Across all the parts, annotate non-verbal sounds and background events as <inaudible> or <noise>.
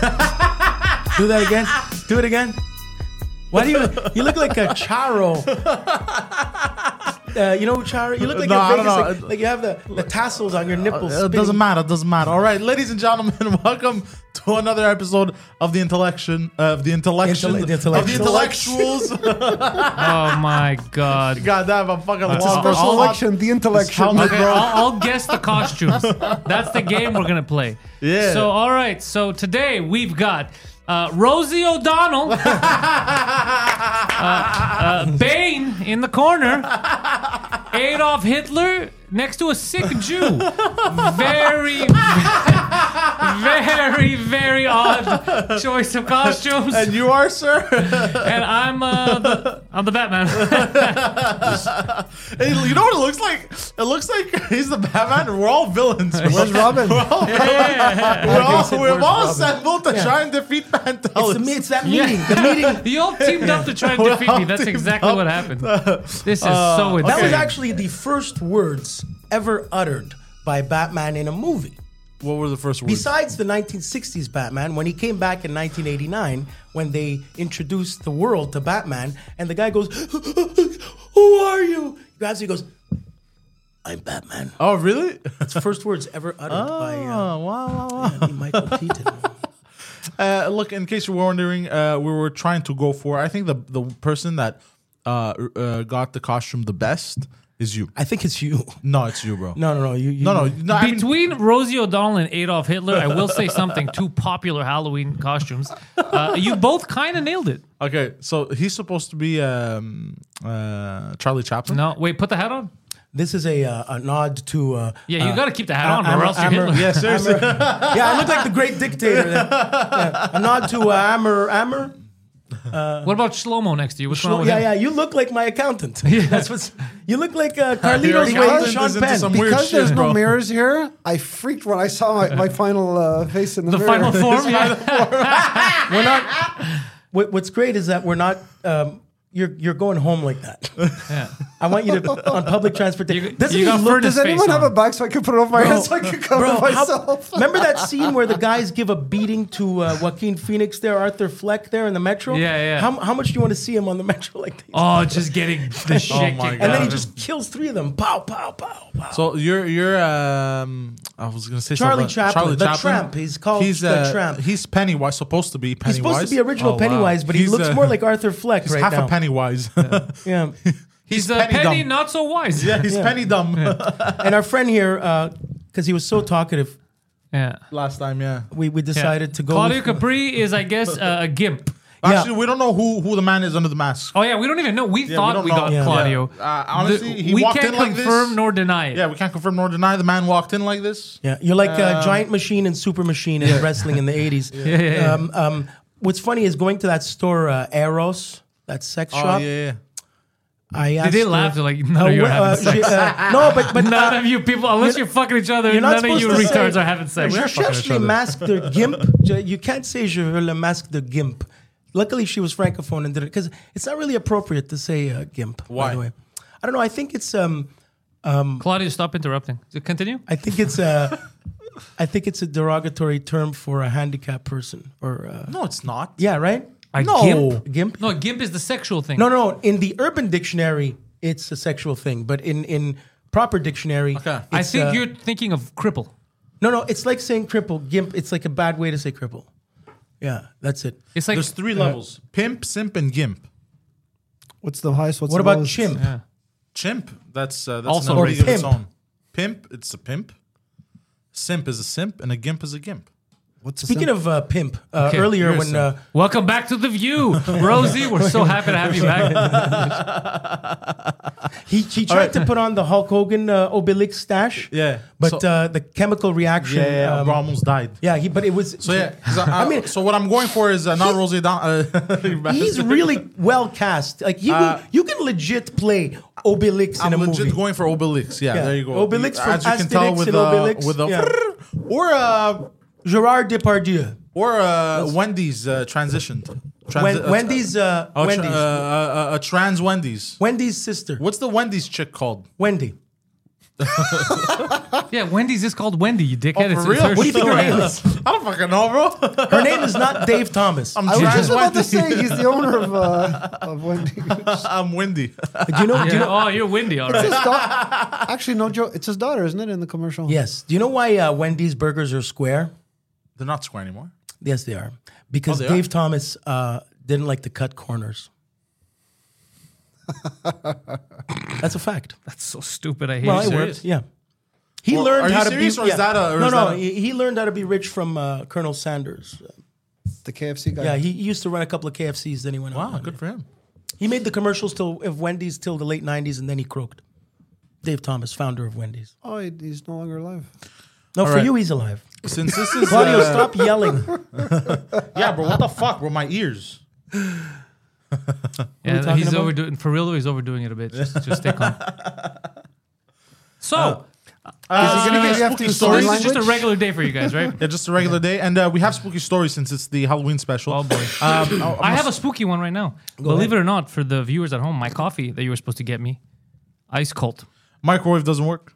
Do that again. Do it again. Why do you? You look like <laughs> a charo. Uh, you know, charo. You look like No, I you're don't Vegas, know. Uh, like, like you have the, the tassels on your nipples. It doesn't matter. It doesn't matter. All right, ladies and gentlemen, <laughs> welcome to another episode of the intellection uh, of the intellection Intell- the of the intellectuals. intellectuals. <laughs> Oh my god. God damn, I'm fucking lost. Special I'll- election, the intellection. I'll- Okay, I'll, I'll guess the costumes. That's the game we're gonna play. Yeah. So all right. So today we've got uh, <laughs> Rosie O'Donnell, uh, uh, Bane in the corner, Adolf Hitler next to a sick Jew. Very, very, very odd choice of costumes. And you are, <laughs> sir. And I'm uh, the, I'm the Batman. Hey, you know what it looks like? It looks like <laughs> he's the Batman. and We're all villains. <laughs> We're, Where's Robin? all, <laughs> yeah. we're all, said, we're where's all Robin? assembled to try and defeat It's, the, Pantelis. me- it's that meeting. The meeting. You all teamed up to try and We're defeat me. all That's teamed exactly up. what happened. This is so insane. That was actually the first words ever uttered by Batman in a movie. What were the first words? Besides the 1960s Batman, when he came back in 1989, when they introduced the world to Batman, and the guy goes, <laughs> "Who are you?" He grabs, it, he goes, "I'm Batman." oh, really? It's the first words ever uttered by uh, Oh, wow, wow, wow. Lee Michael Keaton. Uh, look, in case you were wondering, uh, we were trying to go for. I think the the person that uh, uh, got the costume the best is you. <laughs> I think it's you. No, it's you, bro. No, no, no. You, you no, no. no I mean- Between Rosie O'Donnell and Adolf Hitler, I will say something. Two popular Halloween costumes. Uh, you both kind of nailed it. okay, so he's supposed to be um, uh, Charlie Chaplin. No, wait, put the hat on. This is a uh, a nod to. Uh, Yeah, you got to keep the hat on, I'm- or else you're <laughs> I'm- Hitler. Yeah, seriously. yeah, I look like the great dictator. Then. Yeah, a nod to uh, Ammer Ammer. What about Shlomo next to you? What's wrong Shlo- with yeah, him? yeah. You look like my <laughs> accountant. That's what's. You look like uh, Your Carlito's way, accountant Sean is into Penn. some weird Because shit, there's bro. no mirrors here, I freaked when I saw my, my final uh, face in the, The mirror. final <laughs> form. <laughs> Yeah. we're not. What, what's great is that we're not. Um, you're you're going home like that. I want you to on public transportation. You- <laughs> Doesn't you he got look- furnace Does anyone face have on. a bag so I can put it over my head so I can cover Bro, how- <laughs> <laughs> myself? remember that scene where the guys give a beating to uh, Joaquin Phoenix there, Arthur Fleck there in the metro? Yeah, yeah. How, how much do you want to see him on the <laughs> metro like that? Oh, just getting the shit my kicked God. out and then he of him. just kills three of them. Pow, pow, pow, pow. So you're you're um I was gonna say Charlie something about- Chaplin, the tramp. He's called the tramp. He's Pennywise, supposed to be He's Pennywise. supposed to be original Oh, wow. Pennywise, but he He's, looks uh, more like Arthur Fleck He's right half now. a Pennywise. Yeah. He's a penny penny, dumb. not so wise. Yeah. yeah, <laughs> he's Penny dumb. and our friend here, because he was so talkative, <laughs> Last time, yeah. we, we decided to go. Claudio with- Capri is, I guess, uh, a gimp. Actually, we don't know who who the man is under the mask. Oh yeah, we don't even know. We we thought don't we, know. got Yeah. Claudio. Uh, honestly, The- he we walked can't in like this. confirm nor deny it. Yeah, we can't confirm nor deny the man walked in like this. yeah, you're like Um, uh, Giant Machine and Super Machine in <laughs> wrestling in the 80s. Um, um, what's funny is going to that store, uh, Eros, that sex Oh shop. yeah, yeah. I asked Did they her- laugh? They're like, none of you are wh- having she- sex. uh, no, but <laughs> but None uh, of you people, unless you're, fucking each other, you're not none of you supposed to retards say- are having sex. Je Fucking cherche each le other. masque de gimp. Je- You can't say je veux le masque de gimp. Luckily, she was francophone and did it because it's not really appropriate to say uh, gimp. By Why? the way, I don't know. I think it's um, Claudio, stop interrupting. So Continue. I think it's uh, I think it's a derogatory term for a handicapped person or uh, No, it's not. yeah, right. A No. gimp? Gimp? No, gimp is the sexual thing. No, no. In the Urban Dictionary, it's a sexual thing, but in in proper dictionary, Okay. I I it's, think uh, you're thinking of cripple. No, no. It's like saying cripple, gimp. It's like a bad way to say cripple. Yeah, that's it. It's like There's three levels: pimp, simp, and gimp. What's the highest? What's What the about lowest? chimp? Chimp. That's uh, that's also Also another Or pimp. Of its pimp. own. Pimp. It's a pimp. Simp is a simp, and a gimp is a gimp. What's Speaking of uh, pimp, uh, Okay, earlier you're when saying. uh, Welcome back to the view, Rosie. We're so happy to have you back. he he tried to put on the Hulk Hogan uh, obelix stash, Yeah. but So- uh, the chemical reaction, Yeah, yeah, um, almost died. yeah, he. But it was So yeah, 'cause I, <laughs> I mean- mean, so what I'm going for is uh, not Rosie Down. Uh, <laughs> He's really well cast. Like you, Uh, can, you can legit play Obelix I'm in a legit movie. going for Obelix. Yeah, Yeah. there you go. Obelix from as you can tell Asterix with and the Obelix, with the yeah. <laughs> or uh, Gerard Depardieu, or uh, Wendy's uh, transitioned. Transi- Wen- uh, Wendy's, uh, uh, tra- Wendy's, uh, uh, uh, a trans Wendy's. Wendy's sister, What's the Wendy's chick called? Wendy. yeah, Wendy's is called Wendy. You dickhead. Oh, for real? her <laughs> What do you shit. think her name is? I don't fucking know, bro. <laughs> Her name is not Dave Thomas. I'm I was trans just about to Wendy. say he's the owner of uh, of Wendy. I'm um, Wendy. <laughs> do you know? Do Yeah, you know oh, you're Wendy, all right. Actually, no joke. It's his daughter, isn't it? In the commercial. yes. Do you know why uh, Wendy's burgers are square? They're not square anymore. Yes, they are. Because Oh, they Dave are? Thomas uh, didn't like to cut <laughs> corners. That's a fact. That's so stupid. I hate Well, it. it serious? worked. Yeah. He Well, learned are you how to serious, be. or is yeah. that a- or no, is no. that a- he, he learned how to be rich from uh, Colonel Sanders. The KFC guy. Yeah, he used to run a couple of KFCs. Then he went. Wow, on. good for him. He made the commercials till of Wendy's till the late '90s, and then he croaked. Dave Thomas, founder of Wendy's. Oh, he- he's no longer alive. No, for right. you, he's alive. Since this is Claudio, uh, stop yelling. <laughs> yeah, bro. What the fuck were my ears? we Yeah, talking he's about? overdoing for real. though, He's overdoing it a bit. Just, just stay calm. So, is he uh, gonna get spooky after the Oh. story so story this is just a language? regular day for you guys, right? Yeah, just a regular day, and uh, we have spooky stories since it's the Halloween special. Oh boy, I have a spooky one right now. Believe it or not, for the viewers at home, my coffee that you were supposed to get me, ice cold. Microwave doesn't work.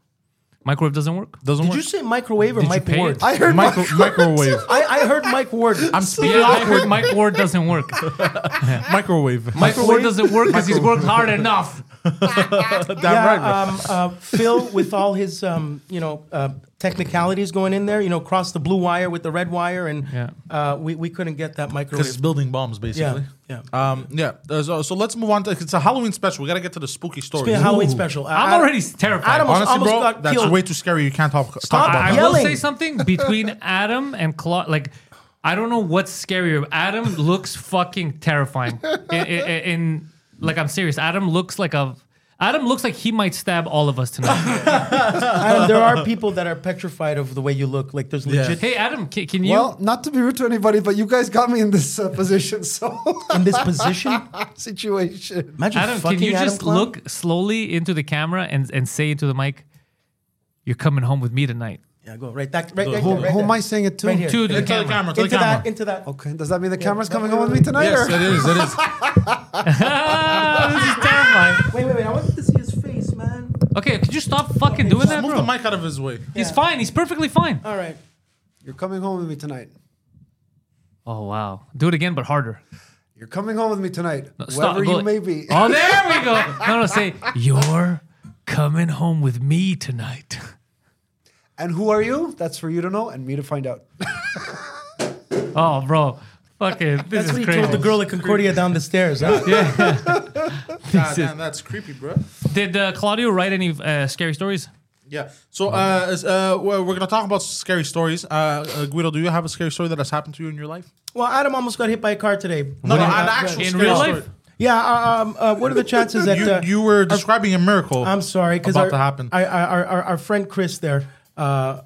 Microwave doesn't work. Doesn't Did work. you say microwave or Did you Mike pay Ward? it? I, I heard Micro- Mike microwave. <laughs> I, I heard Mike Ward. I'm speaking Yeah, I awkward. heard Mike Ward doesn't work. <laughs> microwave. Mike Ward doesn't work because he's worked hard enough. <laughs> yeah, um, uh, Phil, with all his um, you know uh, technicalities going in there, you know, cross the blue wire with the red wire, and Yeah. uh, we we couldn't get that Because it's microwave. building bombs, basically. Yeah, Oh, Um, yeah. Uh, so, so let's move on to. It's a Halloween special. We gotta get to the spooky stories. It's been a Halloween special. I'm Ad- already terrified. Adam was Honestly, almost bro, got that's killed. way too scary. You can't talk, Stop talk about I that. will yelling. say something between <laughs> Adam and Claude. Like, I don't know what's scarier. Adam looks fucking terrifying. In, in- in- like, I'm serious. Adam looks like a. Adam looks like he might stab all of us <laughs> tonight. Adam, there are people that are petrified of the way you look. Like there's legit hey, Adam, can, can you? Well, not to be rude to anybody, but you guys got me in this uh, position, so in this position. <laughs> situation. Imagine Adam, fucking can you Adam just Clown. look slowly into the camera and, and say into the mic, "You're coming home with me tonight." Yeah, go right that right, right Who, there, right who am there. I saying it to? Right here. To the Into the camera. camera. To into the camera. that into that. Okay, does that mean the camera's coming home with me tonight? yes, or- it is. <laughs> It is. Ah, this is terrifying. Wait, wait, wait! I want to see his face, man. Okay, could you stop fucking doing that, Move bro? the mic out of his way. He's fine. He's perfectly fine. All right. You're coming home with me tonight. Oh wow! Do it again, but harder. You're coming home with me tonight, Stop, wherever go you like- may be. Oh, there we go. No, no, say you're coming home with me tonight. <laughs> And who are you? That's for you to know and me to find out. Oh, bro, fucking this That's is what he told the crazy. girl at Concordia down the stairs. <laughs> Huh? God damn, that's creepy, bro. Did uh, Claudio write any uh, scary stories? Yeah. So uh, is- uh, we're we're gonna talk about scary stories. Uh, uh, Guido, do you have a scary story that has happened to you in your life? Well, Adam almost got hit by a car today. No, no, Uh, an actual In scary real story. life? Yeah. uh, Um, uh, what are the chances that You, uh, you were describing a miracle. I'm sorry, because about our, to happen. I, I, our, our, our friend Chris there uh,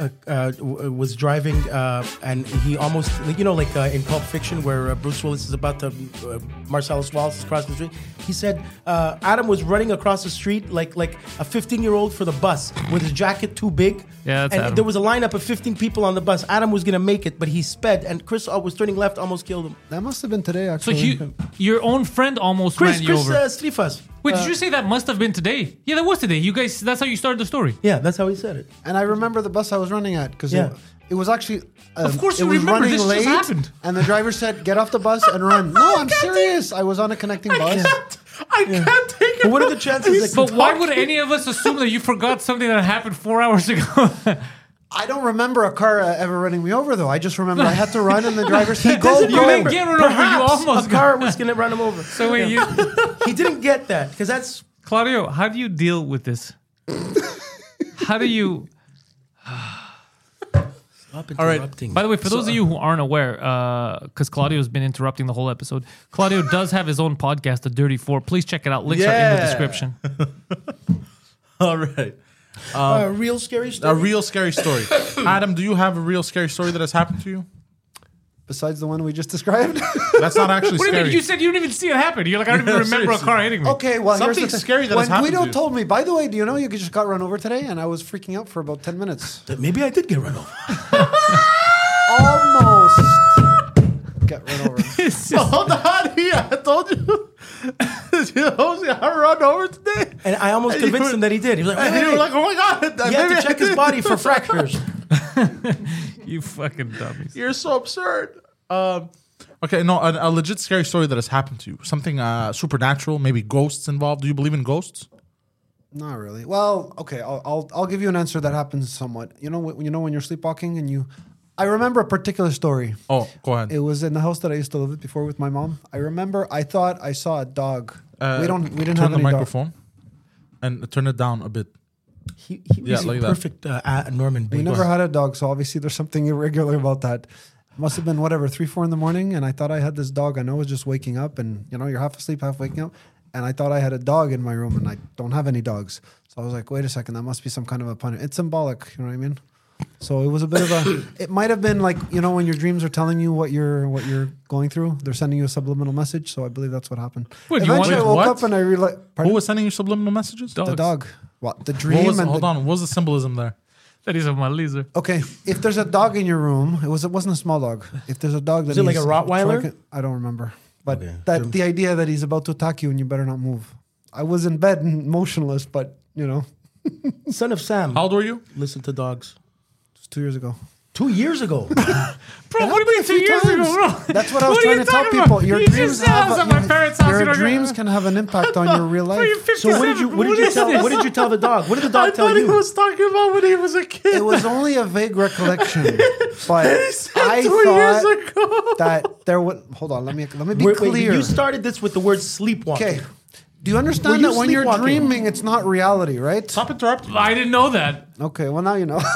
uh, uh, w- was driving, uh, and he almost, you know, like uh, in Pulp Fiction, where uh, Bruce Willis is about to, uh, Marcellus Wallace is crossing the street. He said uh, Adam was running across the street like like a 15 year old for the bus with his jacket too big. Yeah, that's and Adam. there was a lineup of 15 people on the bus. Adam was gonna make it, but he sped, and Chris uh, was turning left, almost killed him. <laughs> That must have been today, So actually. you, <laughs> your own friend almost Chris, ran you Chris over. uh, Strifas. Wait, did you say that must have been today? Yeah, that was today. You guys, that's how you started the story. Yeah, that's how he said it. and I remember the bus I was running at because Yeah. It was actually. Um, Of course you it was remember, running this just late, happened. And the driver said, "Get off the bus and <laughs> run." No, I'm serious. I was on a connecting bus. I can't take it. What are the chances? But That why would any of us assume that you forgot something that happened four hours ago? <laughs> I don't remember a car uh, ever running me over, though. I just remember I had to run, and the driver <laughs> said, "Go, doesn't you go." didn't get run over. You perhaps almost a got. car was gonna run him <laughs> over? <laughs> So wait, you, He didn't get that because that's Claudio, how do you deal with this? how do you? all right. By the way, for those of you who aren't aware, because Claudio's been interrupting the whole episode, Claudio does have his own podcast, The Dirty Four. Please check it out. Links are in the Yeah. description. All right. a real scary A story. real scary story. Adam, do you have a real scary story that has happened to you? Besides the one we just described. <laughs> That's not actually What do scary. you mean? You said you didn't even see it happen. You're like, I don't <laughs> even Yeah, remember a seriously. car hitting me. okay, well, here's the Something thing. scary that when has happened Guido to you. told me. By the way, do you know you just got run over today? And I was freaking out for about ten minutes. Maybe I did get run <laughs> over. Almost get run over. <laughs> Hold on <laughs> here. I told you. <laughs> Jose, I run over today. And I almost And you convinced were- him that he did. He was like, And <laughs> "Wait, you were wait, like, oh my God. you have maybe I to check his did." body <laughs> for fractures. You fucking dummies. You're so absurd. Um, okay, no, a, a legit scary story that has happened to you. Something uh, supernatural, maybe ghosts involved. Do you believe in ghosts? Not really. Well, okay, I'll, I'll I'll give you an answer that happens somewhat. You know, when you know when you're sleepwalking and you, I remember a particular story. Oh, go ahead. It was in the house that I used to live with before with my mom. I remember I thought I saw a dog. Uh, we don't we turn didn't have the any dog. microphone and turn it down a bit. He, he Yeah, was like a that. perfect uh, uh, Norman We Bates. never had a dog, so obviously there's something <laughs> irregular about that. Must have been whatever three four in the morning, and I thought I had this dog. And I was just waking up, and you know you're half asleep, half waking up, and I thought I had a dog in my room, and I don't have any dogs. So I was like, wait a second, that must be some kind of a pun. It's symbolic, you know what I mean? So it was a bit <coughs> of a. It might have been like you know when your dreams are telling you what you're what you're going through. They're sending you a subliminal message. So I believe that's what happened. Wait, you Eventually, wanted I woke what? up and I realized Who was sending you subliminal messages? Dog. the dog. What the dream What was, and hold the, on. What was the symbolism there? That is a Malizer. Okay, if there's a dog in your room, it was it wasn't a small dog. If there's a dog that Is it like he's a Rottweiler? tracking- I don't remember, but that the idea that he's about to attack you and you better not move. I was in bed and <laughs> motionless, but you know, Son of Sam. How old were you? Listen to <laughs> dogs. it's two years ago. Two years ago. Bro, what do you mean two years ago, bro? That's <laughs> what I What was are trying you to tell talking people. about? Your You dreams just said I was have- at my your- parents' house, Your you know, dreams can have an impact on your <laughs> real Bro, life. you're 57. So what did you what did you is tell this? what did you tell the dog? What did the dog tell you? talking about when he was a kid. It was only a vague <laughs> recollection, but I two years thought that there would. Hold on, let me let me be Wait, wait, clear. you started this with the word sleepwalking. Okay. Do you understand Were you that when you're sleepwalking? dreaming, it's not reality, right? Stop interrupting. I didn't know that. Okay, well, now you know. <laughs>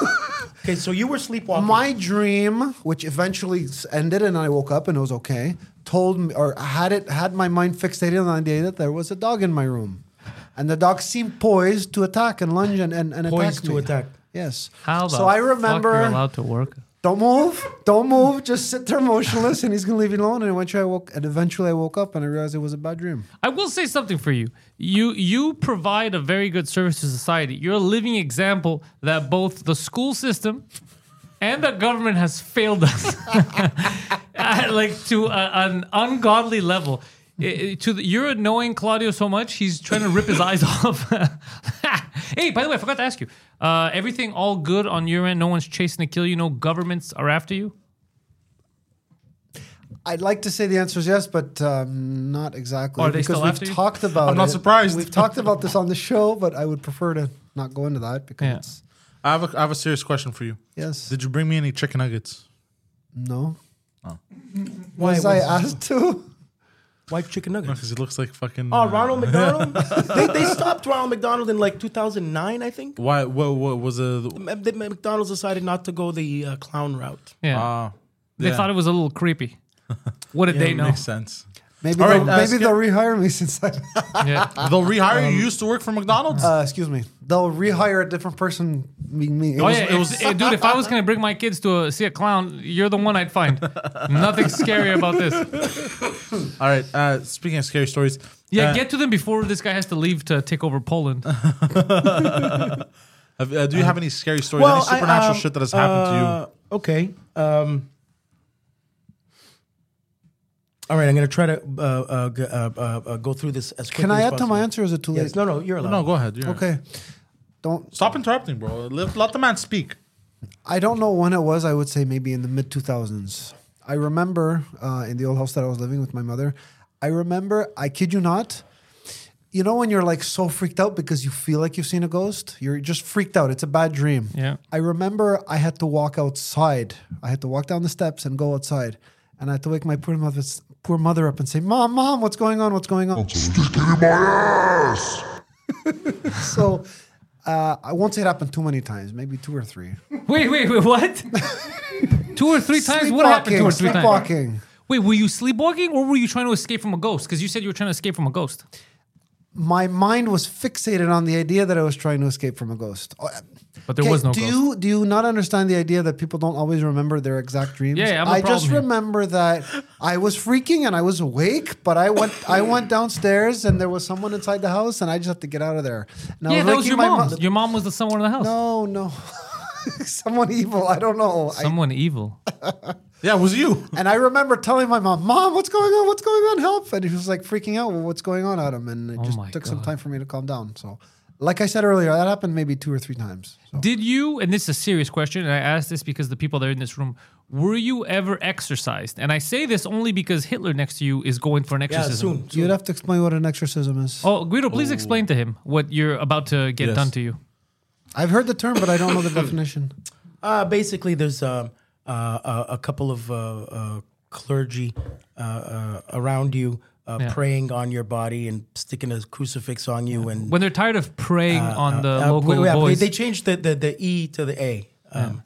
Okay, so you were sleepwalking. My dream, which eventually s- ended and I woke up and it was okay, told me, or had it had my mind fixated on the idea that there was a dog in my room. And the dog seemed poised to attack and lunge and, and, and Poised attack to me. attack. Yes. How the so I fuck you're remember allowed to work? don't move, don't move, just sit there motionless, and he's gonna leave you alone. And eventually, I woke. And eventually, I woke up and I realized it was a bad dream. I will say something for you. You you provide a very good service to society. You're a living example that both the school system and the government has failed us, <laughs> Uh, like to a, an ungodly level. I- I- to the, you're annoying Claudio so much, he's trying to rip his eyes <laughs> off. hey, by the way, I forgot to ask you. Uh, everything all good on your end? No one's chasing to kill you. No governments are after you. I'd like to say the answer is yes, but um, not exactly. Are they because still we've after you? talked about I'm not it. surprised. We've talked about this on the show, but I would prefer to not go into that because Yeah. it's, I have, a, I have a serious question for you. yes, Did you bring me any chicken nuggets? no. Oh. why Was I asked to? why chicken nuggets? Because it looks like fucking. Oh, uh, Ronald <laughs> McDonald? they, they stopped Ronald McDonald in like 2009, I think. Why? What, what was the? M- the- McDonald's decided not to go the uh, clown route. Yeah, Uh, they yeah. thought it was a little creepy. <laughs> What did they know? Makes sense. Maybe All right, they'll, uh, maybe skip- they'll rehire me since I. <laughs> Yeah. They'll rehire you. You used to work for McDonald's. Um, Uh, excuse me. They'll rehire a different person. Me. me. It Oh was- yeah, it was, eh, dude. If I was gonna bring my kids to uh see a clown, you're the one I'd <laughs> find. Nothing scary about this. All right. Uh, speaking of scary stories, Yeah, uh, get to them before this guy has to leave to take over Poland. <laughs> have- uh, do you have any scary stories? any supernatural shit that has happened to you? you. Okay. Um, all right, I'm going to try to uh, uh, g- uh, uh, uh, go through this as quickly Can I as add to possible. my answer? Or is it too late? Yes, no, no, you're allowed. No, go ahead. you're- Okay. Don't Stop interrupting, bro. Let, let the man speak. I don't know when it was. I would say maybe in the mid 2000s. I remember uh, in the old house that I was living with my mother. I remember, I kid you not, you know when you're like so freaked out because you feel like you've seen a ghost? You're just freaked out. It's a bad dream. Yeah. I remember I had to walk outside. I had to walk down the steps and go outside. And I had to wake my poor mother, poor mother up and say, Mom, Mom, what's going on? What's going on? <laughs> so uh, I won't say it happened too many times, maybe two or three. Wait, wait, wait. <laughs> What? two or three times? What happened two or three times? Sleepwalking. Wait, were you sleepwalking or were you trying to escape from a ghost? Because you said you were trying to escape from a ghost. My mind was fixated on the idea that I was trying to escape from a ghost. Oh, But there okay, was no do ghost. you do you not understand the idea that people don't always remember their exact dreams? Yeah, yeah, I'm a I just problem here. remember that I was freaking and I was awake, but I went I <laughs> went downstairs and there was someone inside the house and I just had to get out of there. And I yeah, that was waking your my mom. mo- your mom was the someone in the house. no, no. <laughs> someone evil. I don't know. I- Someone evil. Yeah, it was you. And I remember telling my mom, "Mom, what's going on? What's going on? Help!" And he was like freaking out. Well, what's going on, Adam? And it Oh just my took some God. time for me to calm down. So, like I said earlier, that happened maybe two or three times. Oh. So, Did you, and this is a serious question, and I ask this because the people that are in this room, were you ever exercised? And I say this only because Hitler next to you is going for an Yeah, exorcism. soon. soon. you'd have to explain what an exorcism is. Oh, Guido, please explain to him what you're about to get Yes. done to you. I've heard the term, but I <coughs> don't know the definition. Uh, basically, there's um, uh, a, a couple of uh, uh, clergy uh, uh, around you uh, Yeah. praying on your body and sticking a crucifix on you. And When they're tired of praying on the Uh, local wait, wait, boys. They, they changed the, the, the E to the A um,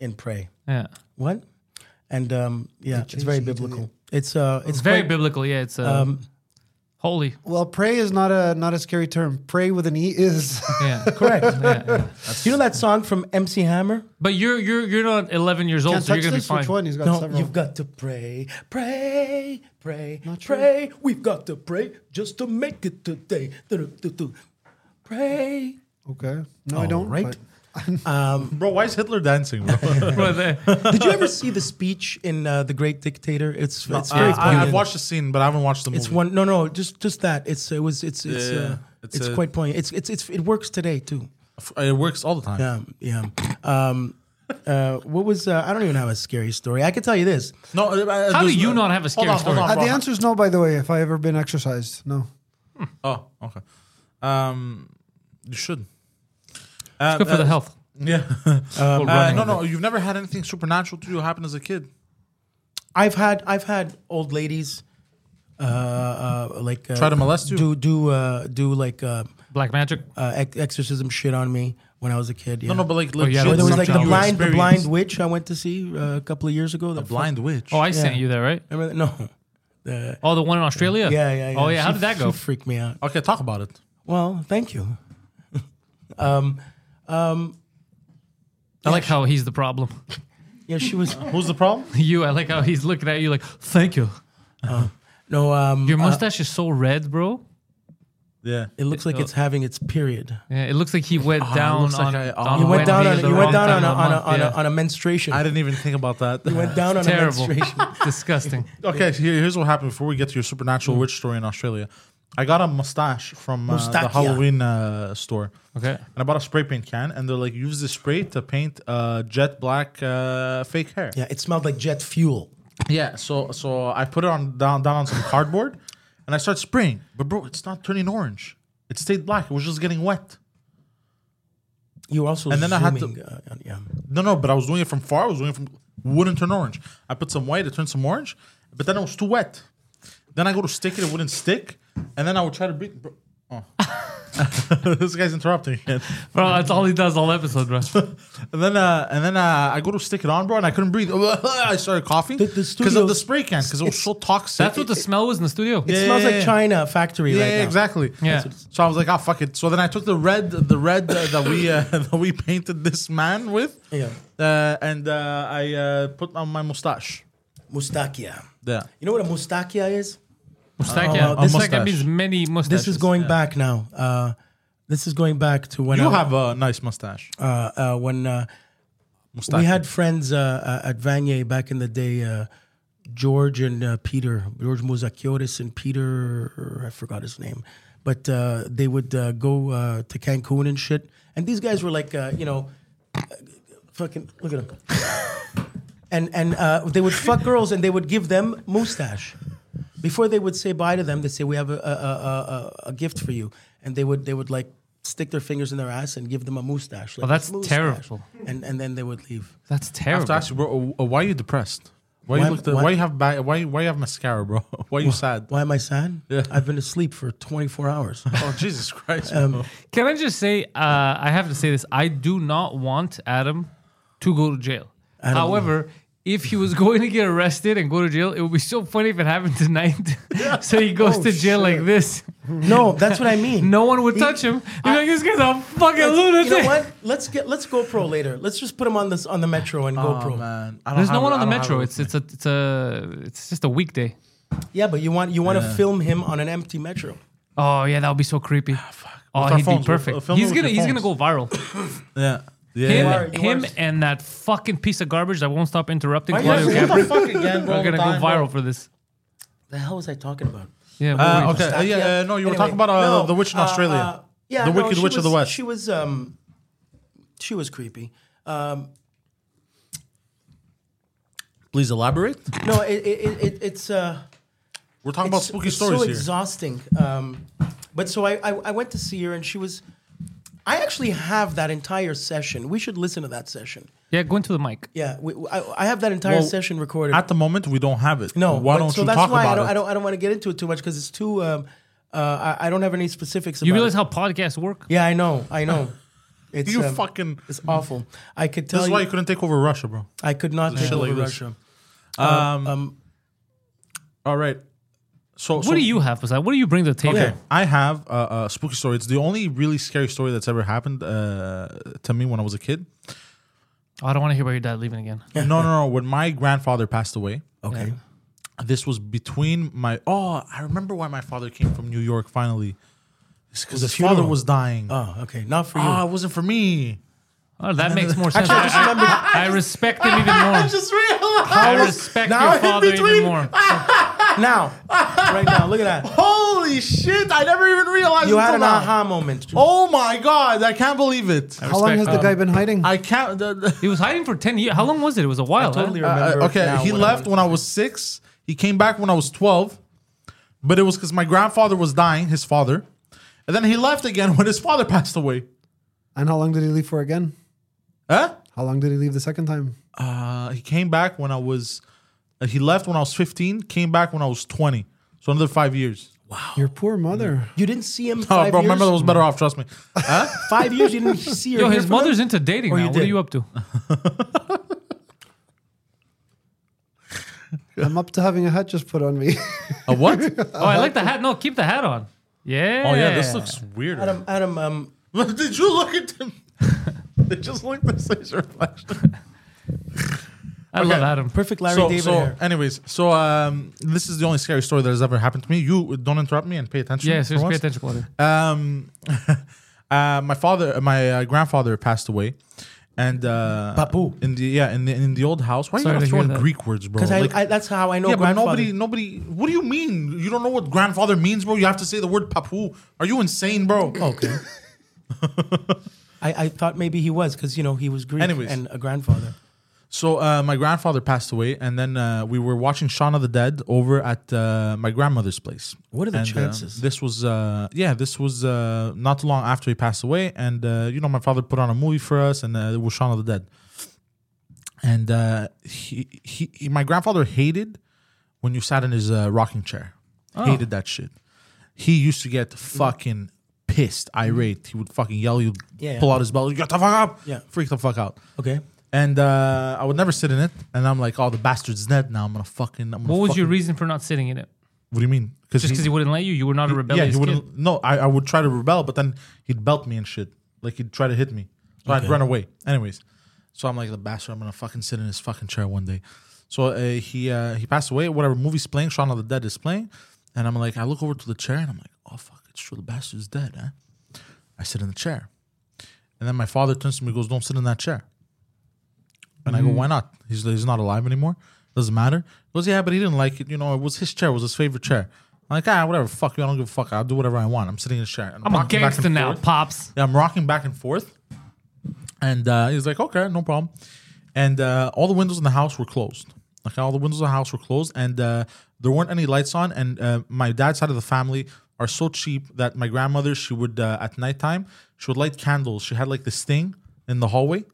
in pray. <laughs> yeah. What? And um, yeah, it's very biblical. It's uh, it's It's E very quite- biblical. Yeah, it's uh, Um, holy. Well, pray is not a not a scary term. Pray with an e is. <laughs> Yeah. <laughs> correct. You know that song from MC Hammer? But you're you're you're not 11 years old, Can't so you're <laughs> touch gonna be this. fine. Which one? He's got no, several. you've got to pray, pray, pray, sure. pray. We've got to pray just to make it today. Du-du-du-du. Pray. okay. No, I don't. right. <laughs> Bro, why is Hitler dancing, <laughs> bro? <laughs> Bro, <laughs> the- Did you ever see the speech in uh, The Great Dictator? It's it's I, very I, poignant. I've watched the scene, but I haven't watched the movie. It's one. No, no, just just that. It's it was it's it's Yeah, uh, it's it's, a- quite poignant. It's it's it's it works today too. It works all the time. Yeah, yeah. Um, uh, what was uh, I don't even have a scary story. I can tell you this. No, uh, uh, How do there's you no- not have a scary hold on, story? Hold But, uh, on, the bro. answer is no. By the way, if I ever been exercised, no. Oh, okay. Um, you should. Uh, good for uh, the health. Yeah. Uh, no, no, you've never had anything supernatural to you happen as a kid. I've had I've had old ladies, uh, uh, like uh, Try to molest you? Do do uh, do like uh, Black magic. uh, ex- exorcism shit on me when I was a kid. Yeah. No, no, but like, Oh, yeah, legit, but there was like the something you blind the blind experienced. witch I went to see uh, a couple of years ago. The blind witch. Oh, I sent you there, right? Remember that? <laughs> No. The- Oh, the one in Australia? yeah, yeah, yeah. Oh, yeah. How She- did <laughs> that go? She freaked me out. okay, talk about it. Well, thank you. I like how he's the problem. Yeah, <laughs> she was. Who's the problem? you, I like how he's looking at you like, thank you. No, um, Your uh, mustache is so red, bro. Yeah. it looks uh, like it's having its period. Yeah, it looks like he went Ah, it down looks like on. I- on You You went down on Wednesday the you went wrong time down on a, of the on, a, month, on, a, yeah. on a menstruation. I didn't even think about that. <laughs> you went down <laughs> on a terrible. menstruation. Disgusting. Okay, so here- here's what happened before we get to your supernatural witch story in Australia. I got a mustache from uh, the Mustachia. Halloween uh, store. Okay. And I bought a spray paint can, and they're like, use this spray to paint uh, jet black uh, fake hair. Yeah, it smelled like jet fuel. Yeah, so so I put it on down down on some cardboard, and I start spraying. But bro, it's not turning orange. It stayed black. It was just getting wet. You were also And then I had to- zooming, uh, uh, yeah. No, no, but I was doing it from far. I was doing it from wouldn't turn orange. I put some white. It turned some orange, but then it was too wet. Then I go to stick it. It wouldn't stick. And then I would try to breathe. Bro, oh. <laughs> this guy's interrupting. again. Bro, that's all he does all episode, bro. And then, uh, and then uh, I go to stick it on, bro, and I couldn't breathe. <laughs> I started coughing The- the because of the studios- spray can because it was so toxic. That's what the smell was in the studio. It smells yeah, like yeah. China factory Yeah, right now. exactly. Yeah. So I was like, oh fuck it. So then I took the red, the red uh, that we uh, <laughs> that we painted this man with, Yeah. uh, and uh, I uh, put on my mustache. Mustakia. Yeah. You know what a mustakia is? Mustachia. Oh, this- Mustachia mustache. means many mustaches. This is going Yeah. back now. Uh, this is going back to when You I, have a nice mustache. uh, uh, when uh, mustache. we had friends uh, uh, at Vanier back in the day. Uh, George and uh, Peter, George Mouzakiotis and Peter, I forgot his name, but uh, they would uh, go uh, to Cancun and shit. And these guys were like, uh, you know, fucking look at him. and and uh, they would <laughs> fuck girls and they would give them mustache. Before they would say bye to them, they'd say, "We have a, a- a, a, a, a gift for you," and they would they would like stick their fingers in their ass and give them a mustache. Like, Oh, that's "Mustache." terrible. And and then they would leave. That's I have terrible. to ask you, bro, uh, why are you depressed? Why, Why- you look the, why- why, you have ba- why why you have mascara, bro? <laughs> Why you sad? Why am I sad? Yeah. I've been asleep for 24 hours. <laughs> <laughs> Oh Jesus Christ! bro. Can I just say, uh, I have to say this. I do not want Adam to go to jail. However, if he was <laughs> going to get arrested and go to jail, it would be so funny if it happened tonight. <laughs> so <laughs> he goes Oh, to jail like shit. this. no, that's what I mean. No one would touch him. You're like, this guy's a fucking Let's- lunatic. you know what? Let's get let's GoPro later. Let's just put him on this on the metro and GoPro. Oh, man, I don't <laughs> Oh, There's no have- one on I the don't have metro. it It's with it's a it's a it's just a weekday. Yeah, but you want you want to film him on an empty metro. Oh yeah, that would be so creepy. Oh, Ah, With our he'd phones, be with- perfect. uh, film he's it with gonna your he's gonna go phones. viral. me. yeah, yeah. Him, yeah. you him are- and that fucking piece of garbage that won't stop interrupting Why are you Claudio asking- Gabriel fuck again, bro? are gonna go Time, bro. viral for this. The hell was I talking about? Yeah. what were Uh, you okay, uh, yeah, uh, no, you were Anyway, talking about uh, no, the witch in uh, Australia, uh, yeah, the no, Wicked she Witch of the was- West. She was um, she was creepy. Um, Please elaborate. no, it, it, it- it, it's uh, We're talking about it's, spooky it's stories so here. exhausting. Um, but so I, I I went to see her and she was. I actually have that entire session. We should listen to that session. Yeah, go into the mic. Yeah, we, I, I have that entire Well, session recorded. At the moment, we don't have it. No, why but- don't so you that's talk why about I don't, it? I don't. I don't want to get into it too much because it's too. Um, uh, I, I don't have any specifics. You about realize it. how podcasts work? Yeah, I know. <laughs> I know. It's You um, fucking. It's awful. I could This tell is you. why you couldn't take over Russia, bro. I could not take shit over like this. Russia. Um, All right. So What do you have, Poseidon? What do you bring to the table? Okay, I have a, a spooky story. It's the only really scary story that's ever happened uh, to me when I was a kid. Oh, I don't want to hear about your dad leaving again. No, no, no. When my grandfather passed away, Okay. this was between my. Oh, I remember why my father came from New York finally. It's because his father funeral. was dying. Oh, okay. Not for you. Ah, it wasn't for me. Oh, that makes <laughs> more sense. I, I- I respect him even more. just realized. I respect now your in father even between- more. <laughs> Now, right now, look at <laughs> that. Holy shit! I never even realized You had an aha moment. Oh my god! I can't believe it. How long has the guy been hiding? I can't. the- the- He was hiding for 10 years. How long was it? It was a while. huh? Totally remember. okay, now he what left I when I was six. He came back when I was twelve, but it was because my grandfather was dying, his father, and then he left again <laughs> when his father passed away. and how long did he leave for again? Huh? How long did he leave the second time? Uh, he came back when I was. uh, he left when I was fifteen. Came back when I was twenty. So another five years. Your poor mother. You didn't see him. Oh, Five bro, my years? mother was better off. Trust me. Huh? Five years. <laughs> You didn't see her. Yo, hear his from him? mother's into dating Or now. you What are did. you up to? I'm up to having a hat just put on me. A <laughs> what? Oh, I like the hat. No, keep the hat on. Yeah. Oh yeah, this looks weird. Adam. Adam. Um. <laughs> Did you look at <laughs> them? they just looked at your reflection. I love Adam. Perfect Larry so, David so hair. anyways, so um, this is the only scary story that has ever happened to me. You don't interrupt me and pay attention. Yeah, for seriously, pay once. attention, Claudio. Um, <laughs> uh, my father, my uh, grandfather passed away, and uh, Papu. in the yeah in the in the old house. Why are you Sorry gotta to throw hear in that. Greek words, bro? Because Like- I, I, that's how I know. yeah, but grandfather. nobody, nobody. What do you mean? You don't know what grandfather means, bro? You have to say the word papu. Are you insane, bro? Okay. I, I thought maybe he was because you know he was Greek Anyways. and a grandfather. So uh, my grandfather passed away, and then uh, we were watching Shaun of the Dead over at uh, my grandmother's place. What are the And, uh, chances? this was, uh, yeah, this was uh, not long after he passed away, and uh, you know my father put on a movie for us, and uh, it was Shaun of the Dead. And uh, he, he, he, my grandfather hated when you sat in his uh, rocking chair. Oh. Hated that shit. He used to get Mm-hmm. fucking pissed, irate. He would fucking yell. He'd Yeah. pull out his belt. Get the fuck up! Yeah. freak the fuck out. Okay. And uh, I would never sit in it. And I'm like, oh, the bastard's dead now. I'm gonna fucking. I'm gonna What was your fucking- reason for not sitting in it? What do you mean? Because Just because he wouldn't let you? You were not a yeah, rebellious he kid. wouldn't. No, I, I would try to rebel, but then he'd belt me and shit. Like he'd try to hit me, so I'd run away. Anyways, so I'm like the bastard. I'm gonna fucking sit in his fucking chair one day. So uh, he uh, he passed away. Whatever movie's playing, Shaun of the Dead is playing, and I'm like, I look over to the chair and I'm like, oh fuck, it's true, the bastard's dead. Eh? I sit in the chair, and then my father turns to me, and goes, don't sit in that chair. And I go, why not? He's, he's not alive anymore. Doesn't matter. He goes, yeah, but he didn't like it. You know, it was his chair, it was his favorite chair. I'm like, ah, whatever. Fuck you. I don't give a fuck. I'll do whatever I want. I'm sitting in his chair. And I'm a rocking back and gangster now, forth. Pops. Yeah, I'm rocking back and forth. And uh, he's like, okay, no problem. And uh, all the windows in the house were closed. Okay, all the windows in the house were closed, and uh, there weren't any lights on. And uh, my dad's side of the family are so cheap that my grandmother, she would uh, at nighttime, she would light candles. She had like this thing in the hallway,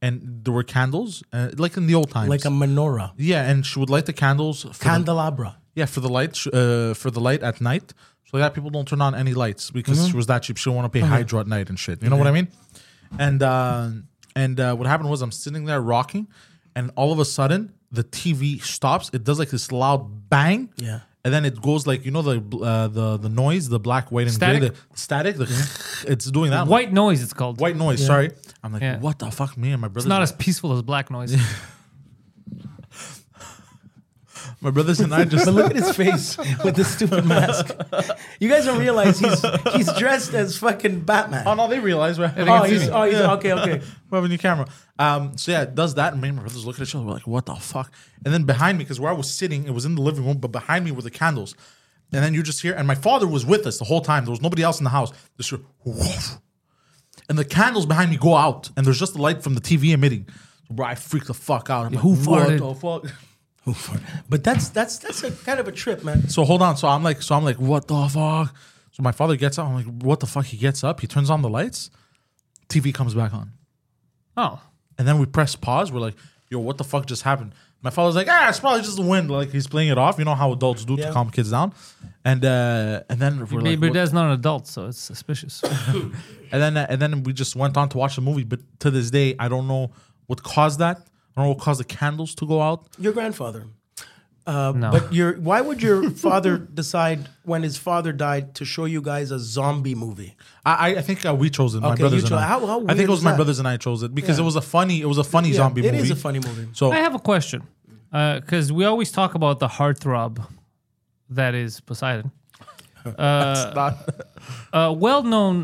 and there were candles, uh, like in the old times. Mm-hmm. like a menorah, yeah, and she would light the candles. For the- <laughs> candelabra. yeah, for the light, sh- uh, for the light at night, so that people don't turn on any lights because she was that cheap. She didn't want to pay hydro at night and shit. You know what I mean? And uh, and uh, what happened was I'm sitting there rocking, and all of a sudden the TV stops. It does like this loud bang. Yeah. And then it goes like you know the uh, the the noise, the black, white, and gray, Static? the static. The <laughs> it's doing that White noise, it's called. white noise. Sorry, I'm like, Yeah. what the fuck, me and my brother. It's not as peaceful as black noise. my brothers and I just But look at <laughs> his face with the stupid mask. You guys don't realize he's he's dressed as fucking Batman. Oh no, they realize right. Oh, he's, oh, he's okay, okay. <laughs> We have a new camera. Um, so yeah, it does that, and me and my brothers look at each other. We're like, "What the fuck?" And then behind me, because where I was sitting, it was in the living room, but behind me were the candles. And then you just hear, and my father was with us the whole time. There was nobody else in the house. Just hear, woof. and the candles behind me go out, and there's just the light from the TV emitting. Bro, I freaked the fuck out. I'm like, who "What farted?" the fuck? <laughs> But that's that's that's a kind of a trip, man. So hold on. So I'm like, so I'm like, what the fuck? So my father gets up. I'm like, what the fuck? He gets up. He turns on the lights. TV comes back on. oh. And then we press pause. We're like, yo, what the fuck just happened? My father's like, ah, it's probably just the wind. Like he's playing it off. You know how adults do Yeah. to calm kids down. And uh, and then we're like, Maybe what- that's not an adult, so it's <laughs> suspicious. and then and then we just went on to watch the movie. But to this day, I don't know what caused that. I don't know what caused the candles to go out. Your grandfather. Uh, No. But your why would your father decide when his father died to show you guys a zombie movie? I, I- I think uh, we chose it. my Okay, brothers you and I. chose- how- how I weird think it was is my that? brothers and I chose it because Yeah. it was a funny. It was a funny zombie It movie. is a funny movie. So I have a question. Because we always talk about the heartthrob that is Poseidon. <laughs> Uh, It's not- <laughs> A well known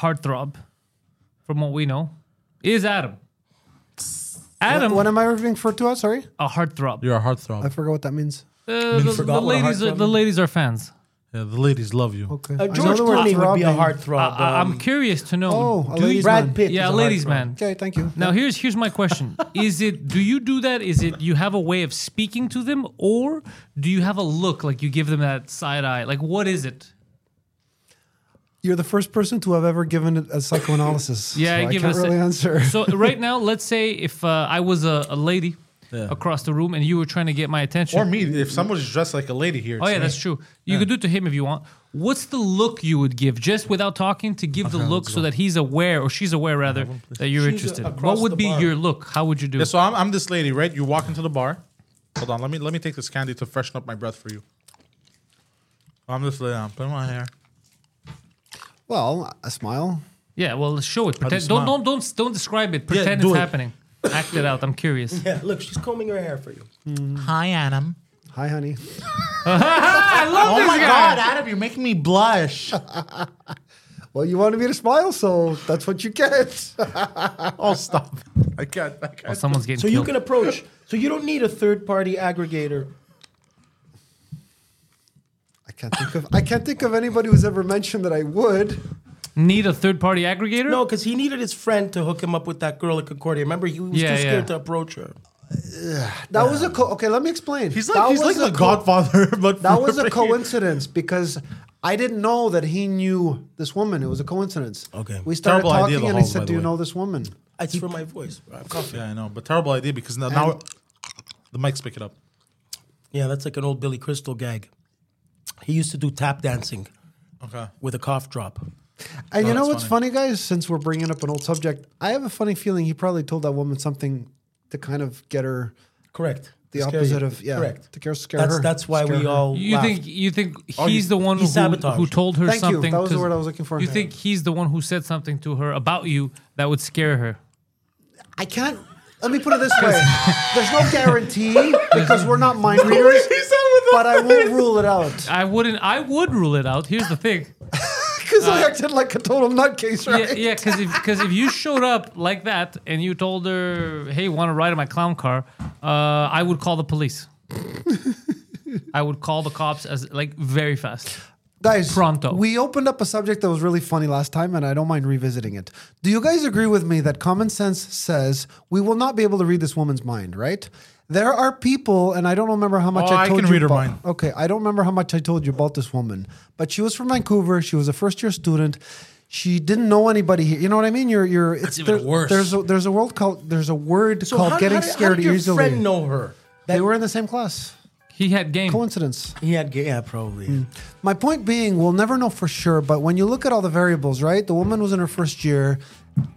heartthrob, from what we know, is Adam. Adam, What am I referring for to? Sorry, a heartthrob. You're a I heartthrob. forgot what that means. Uh, the, the forgot what a ladies, are, heartthrob the is? ladies are fans. Yeah, the ladies love you. Okay. Uh, I know George the word Clooney would be a throbbing. Uh, heartthrob. I, um, am curious to know. Oh, a do you- ladies Brad man. Pitt. yeah, is a ladies heartthrob. man. Okay, thank you. Now here's here's my question: Is it do you do that? Is it you have a way of speaking to them, or do you have a look like you give them that side eye? Like what is it? You're the first person to have ever given it a <laughs> psychoanalysis. Yeah, so I give can't it a se- really answer. <laughs> So right now, let's say if uh, I was a, a lady across the room and you were trying to get my attention. Or me, if someone's dressed like a lady here. oh it's yeah, me. that's true. You could do it to him if you want. What's the look you would give just without talking to give the look so that he's aware or she's aware rather that you're She's, uh, interested? What across would the be bar. your look? How would you do? Yeah, it? so I'm, I'm this lady, right? You walk into the bar. Hold on, let me let me take this candy to freshen up my breath for you. I'm this lady. I'm putting my hair. well, a smile. Yeah, well, show it. Pretend. smile. Don't, don't don't don't describe it. Pretend do it's it. happening. Act it out. I'm curious. yeah, look, she's combing her hair for you. Hi, Adam. Hi, honey. I love Oh this my guy. God, Adam, you're making me blush. Well, you wanted me to smile, so that's what you get. <laughs> oh, stop! I can't. I can't. Someone's getting So you killed. can approach. So you don't need a third party aggregator. I can't think of I can't think of anybody who's ever mentioned that I would. Need a third party aggregator? No, because he needed his friend to hook him up with that girl at Concordia. Remember, he was Yeah, too yeah. scared to approach her. That was a co- okay. Let me explain. He's That like he's was like the a co- Godfather, <laughs> but That for was a <laughs> me. coincidence because I didn't know that he knew this woman. It was a coincidence. Okay. We started Terrible idea, talking, the and he halls, by said, the "Do you way." know this woman?" It's for my voice. bro. I'm coughing. Yeah, I know, but terrible idea because now, now And- the mics pick it up. Yeah, that's like an old Billy Crystal gag. He used to do tap dancing Okay. with a cough drop. And you No, know that's what's funny. guys? Since we're bringing up an old subject, I have a funny feeling he probably told that woman something to kind of get her. Correct. The To scare opposite you. of- yeah, Correct. to care- scare that's her. that's why Scare we her. all. You laugh. think you think he's you- the one he who, sabotaged. who told her Thank you. something? That was the 'cause word I was looking for. You Yeah. think he's the one who said something to her about you that would scare her? I can't. Let me put it this <laughs> way: There's no guarantee because we're not <laughs> mind readers. But I won't rule it <laughs> out I wouldn't. I would rule it out. Here's the thing. because I acted like a total nutcase, Yeah, right? yeah. Because if because if you showed up like that and you told her, "Hey, want to ride in my clown car?" Uh, I would call the police. I would call the cops as like very fast. Guys, Pronto. we opened up a subject that was really funny last time, and I don't mind revisiting it. Do you guys agree with me that common sense says we will not be able to read this woman's mind, right? There are people, and I don't remember how much Oh, I I told can you read her about. mind. Okay, I don't remember how much I told you about this woman, but she was from Vancouver. She was a first year student. She didn't know anybody here. You know what I mean? You're, you're. It's even worse. There's a, there's a world called there's a word called how- getting how did- how scared did your easily. friend know her? they were in the same class. He had game. Coincidence. He had, ga- yeah, probably. Hmm. My point being, we'll never know for sure, but when you look at all the variables, right? The woman was in her first year,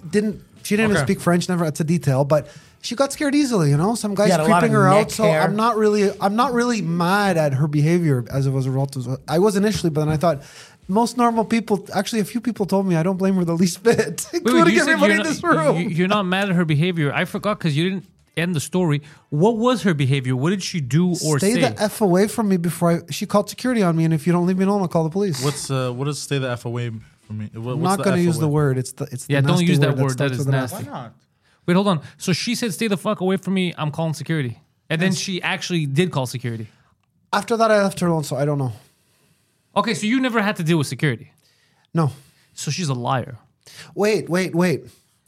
didn't she didn't even Okay. speak French, never it's a detail, but she got scared easily, you know? Some guys had a lot creeping of her neck out. So hair. I'm not really I'm not really mad at her behavior as it was a result of I was initially, but then I thought most normal people actually a few people told me I don't blame her the least bit. <laughs> Wait, Including wait, you said everybody in you're this not- room. you- you're not mad at her behavior. I forgot because you didn't end the story. What was her behavior? What did she do or Stay say? the F away from me before I she called security on me and if you don't leave me alone, I'll call the police. What's uh, what does stay the f away from me? What, I'm what's not going to F use the away? word. It's the it's the Yeah, don't nasty use that word. That starts is with an F. nasty. Why not? Wait, hold on. So she said, "Stay the fuck away from me. I'm calling security." And then she actually did call security. After that, I left her alone, so I don't know. Okay, so you never had to deal with security. No. So she's a liar. Wait, wait, wait.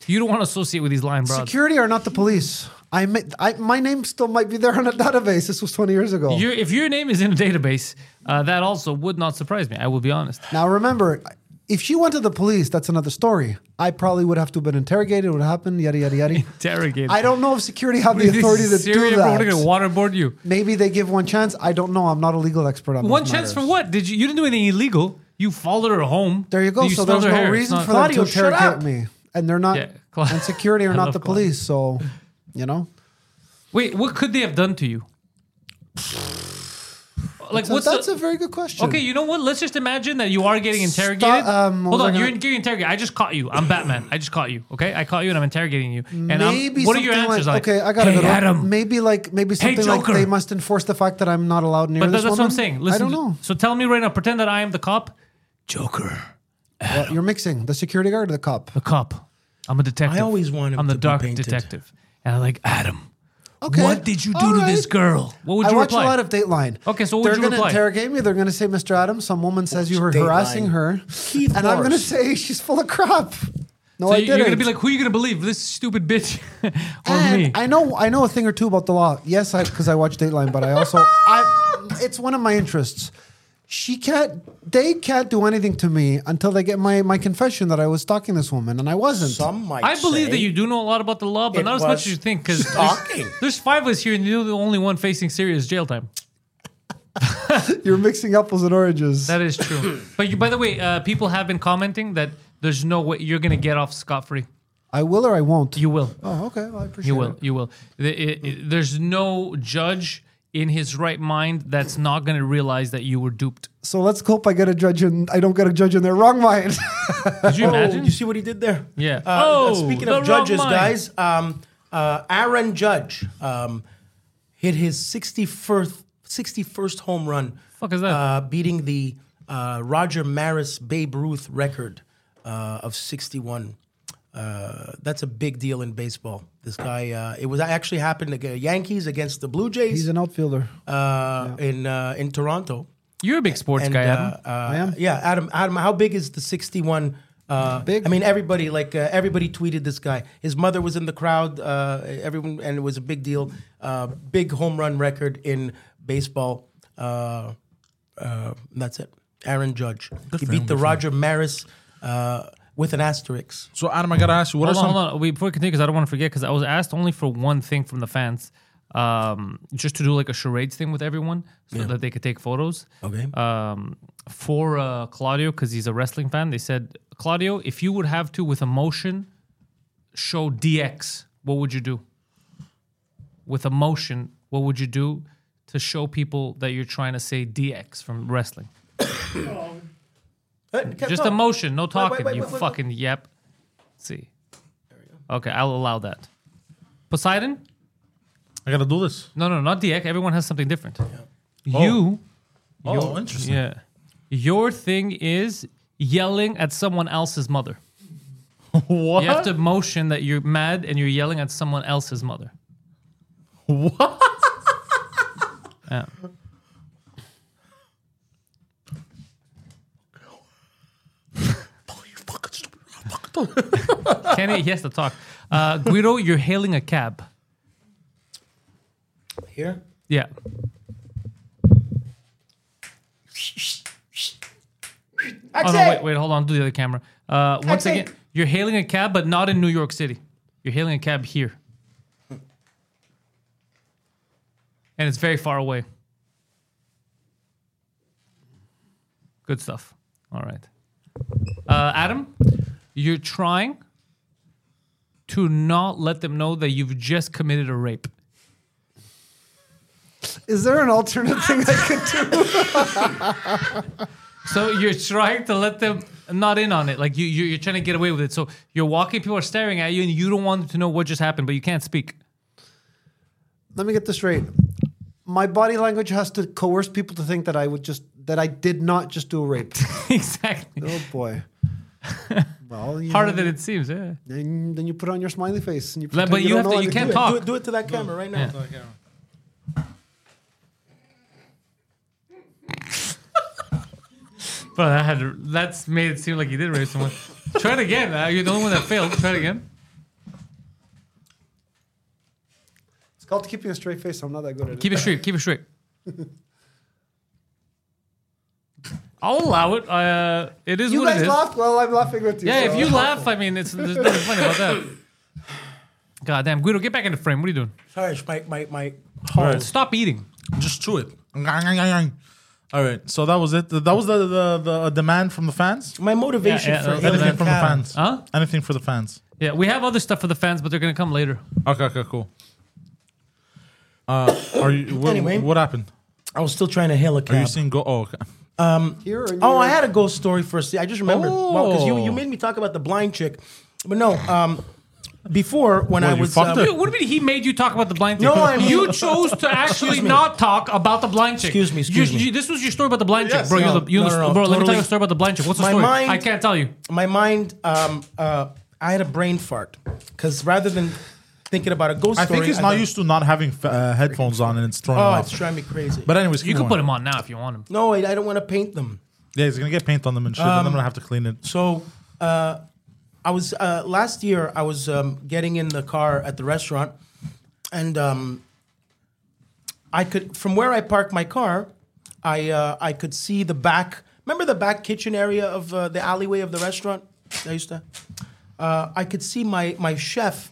You don't want to associate with these lying broads. Security are not the police. I, ma- I my name still might be there on a <laughs> database. This was 20 years ago. Your- if your name is in a database, uh, that also would not surprise me. I will be honest. <laughs> now remember, if she went to the police, that's another story. I probably would have to have been interrogated. What happened? Yada yada <laughs> yada. Interrogated. I don't know if security have the Is this authority to Syria, do bro? We're gonna that. waterboard you. Maybe they give one chance. I don't know. I'm not a legal expert on One those chance for matters. what? Did you? You didn't do anything illegal. You followed her home. There you go. so smelled there's her no hair. It's reason not- for them to Claudio, shut interrogate up. me, and they're not. Yeah, Cla- and security are I not love the police, so you know. Wait, what could they have done to you? Like So what's that's the, a very good question. Okay, you know what? Let's just imagine that you are getting interrogated. um, Hold was I on, you're, gonna- getting interrogated. I just caught you. I'm Batman. I just caught you. Okay, I caught you and I'm interrogating you. And Maybe I'm, what are your something answers? like, Like, okay, I got to hey, go. Adam. Maybe like maybe something like Joker. they must enforce the fact that I'm not allowed near But this that's what I'm woman. saying. Listen, I don't know. So tell me right now. Pretend that I am the cop. Joker, Well, you're mixing the security guard or the cop. the cop. I'm a detective. I always want him I'm the to be dark painted. detective. And I'm like Adam. Okay. What did you do All to this right. girl? What would I you watch reply? a lot of Dateline. Okay, so what would they're you gonna reply? interrogate me. They're gonna say, "Mr. Adams, some woman says you were Watch harassing Dateline. her," Keith and I'm gonna Morris. say she's full of crap. No, So I you- didn't. you're gonna be like, who are you gonna believe? This stupid bitch <laughs> or And me? I know I know a thing or two about the law. Yes, I because I watch Dateline, but I also I it's one of my interests. She can't they can't do anything to me until they get my my confession that I was stalking this woman and I wasn't. Some might I believe say that you do know a lot about the law, but it not as much was as you think. Because stalking. there's, <laughs> there's five of us here, and you're the only one facing serious jail time. You're mixing apples and oranges. That is <clears throat> true. but you, by the way, uh, people have been commenting that there's no way you're gonna get off scot free. I will or I won't. You will. oh, okay. Well, I appreciate You will. it. You will. The- it- it- there's no judge in his right mind that's not gonna realize that you were duped. So let's hope I get a judge and I don't get a judge in their wrong mind. <laughs> Could you imagine? Oh, you see what he did there? Yeah. Uh, Oh, speaking the wrong of judges, mind. guys, um, uh, Aaron Judge um, hit his 61st, 61st home run. Fuck is that? Uh, beating the uh, Roger Maris Babe Ruth record uh, of 61. Uh, that's a big deal in baseball. This guy, uh, it was actually happened to Yankees against the Blue Jays He's an outfielder. uh, in uh, in Toronto. you're a big sports guy, Adam. Uh, I am. Yeah, Adam. Adam, how big is the sixty-one? Uh, Big. I mean, everybody like uh, everybody tweeted this guy. His mother was in the crowd. Uh, everyone, and it was a big deal. Uh, big home run record in baseball. Uh, uh, that's it. Aaron Judge. he for him, beat the good for Roger Maris uh, with an asterisk. So Adam, I gotta ask you, what Hold are some? on, hold on. Wait, Before we continue, because I don't want to forget, because I was asked only for one thing from the fans, um, just to do like a charades thing with everyone, so that they could take photos. Okay. Um, for uh, Claudio, because he's a wrestling fan, they said, Claudio, if you would have to, with emotion, show DX, what would you do? With emotion, what would you do to show people that you're trying to say DX from wrestling? Just emotion, no talking. wait, you wait, wait. fucking yep. Let's see. Okay, I'll allow that. Poseidon? I gotta do this. No, no, not DX. Everyone has something different. Oh. You, Oh, interesting. yeah. Your thing is yelling at someone else's mother. <laughs> What? You have to motion that you're mad and you're yelling at someone else's mother. What? Yeah. Kenny, he has to talk. Uh, Guido, you're hailing a cab. Here? Yeah. Oh That's Oh, no, it. wait, wait, hold on. Do the other camera. Uh, once again, Exit. you're hailing a cab, but not in New York City. You're hailing a cab here, and it's very far away. Good stuff. All right, uh, Adam, you're trying to not let them know that you've just committed a rape. Is there an alternate thing I could So <laughs> you're trying to let them not in on it. Like you, you're, you're trying to get away with it. So you're walking, people are staring at you, and you don't want them to know what just happened, but you can't speak. <laughs> <laughs> let me get this straight. My body language has to coerce people to think that I would just that I did not just do a rape. exactly. oh <laughs> boy. Well, you Harder than it seems. Yeah. then, then you put on your smiley face and you. But- pretend but you don't have know to- how you can't do it. talk. Do it, do it to that camera right now. But that had that's made it seem like you did rape someone. <laughs> Try it again. Uh, you're the only one that failed. Try it again. It's called keeping a straight face. I'm not that good at Keep it. it straight. Keep it straight. I'll allow it. Uh, it is You what it guys is. laughed. Well, I'm laughing with you. Yeah, so- if you laugh, I mean, it's there's nothing funny about that. <laughs> God damn, Guido, get back in the frame. What are you doing? Sorry, my, my, my. Stop eating. Just chew it. All right. So that was it. That was the the, the demand from the fans. My motivation Yeah, yeah, for that was hailing Anything a from the cab. fans? Huh? Anything for the fans? Yeah, we have other stuff for the fans, but they're gonna come <laughs> later. Okay. Okay. Cool. Uh, are you? <coughs> What, Anyway. what happened? I was still trying to hail a cab. Are you seeing go? Oh, okay. Here or in Oh, your- I had a ghost story first. I just remembered. Well, because you, you Oh. made me talk about the blind chick. But no, um, before when Well, I you was. fucked um, her. Dude, what do you mean he made you talk about the blind chick? No, I mean- you <laughs> chose to actually not talk about the blind chick. Excuse me, excuse You- me. you- this was your story about the blind chick, Yes, bro. no, you're the, you're no, the, no, no, bro let me tell you totally. a story about the blind chick. What's the My story? mind- I can't tell you. my mind, um, uh, I had a brain fart. Because rather than thinking about a ghost I story. think he's not thought, used to not having f- uh, headphones on and it's throwing Oh, off. it's driving me crazy. But anyways, You keep can put going. him on now if you want him. no, I, I don't want to paint them. Yeah, he's gonna get paint on them and shit. and I'm gonna have to clean it. So uh, I was uh, last year. I was um, getting in the car at the restaurant, and um, I could from where I parked my car, I uh, I could see the back. Remember the back kitchen area of uh, the alleyway of the restaurant? I used to. Uh, I could see my my chef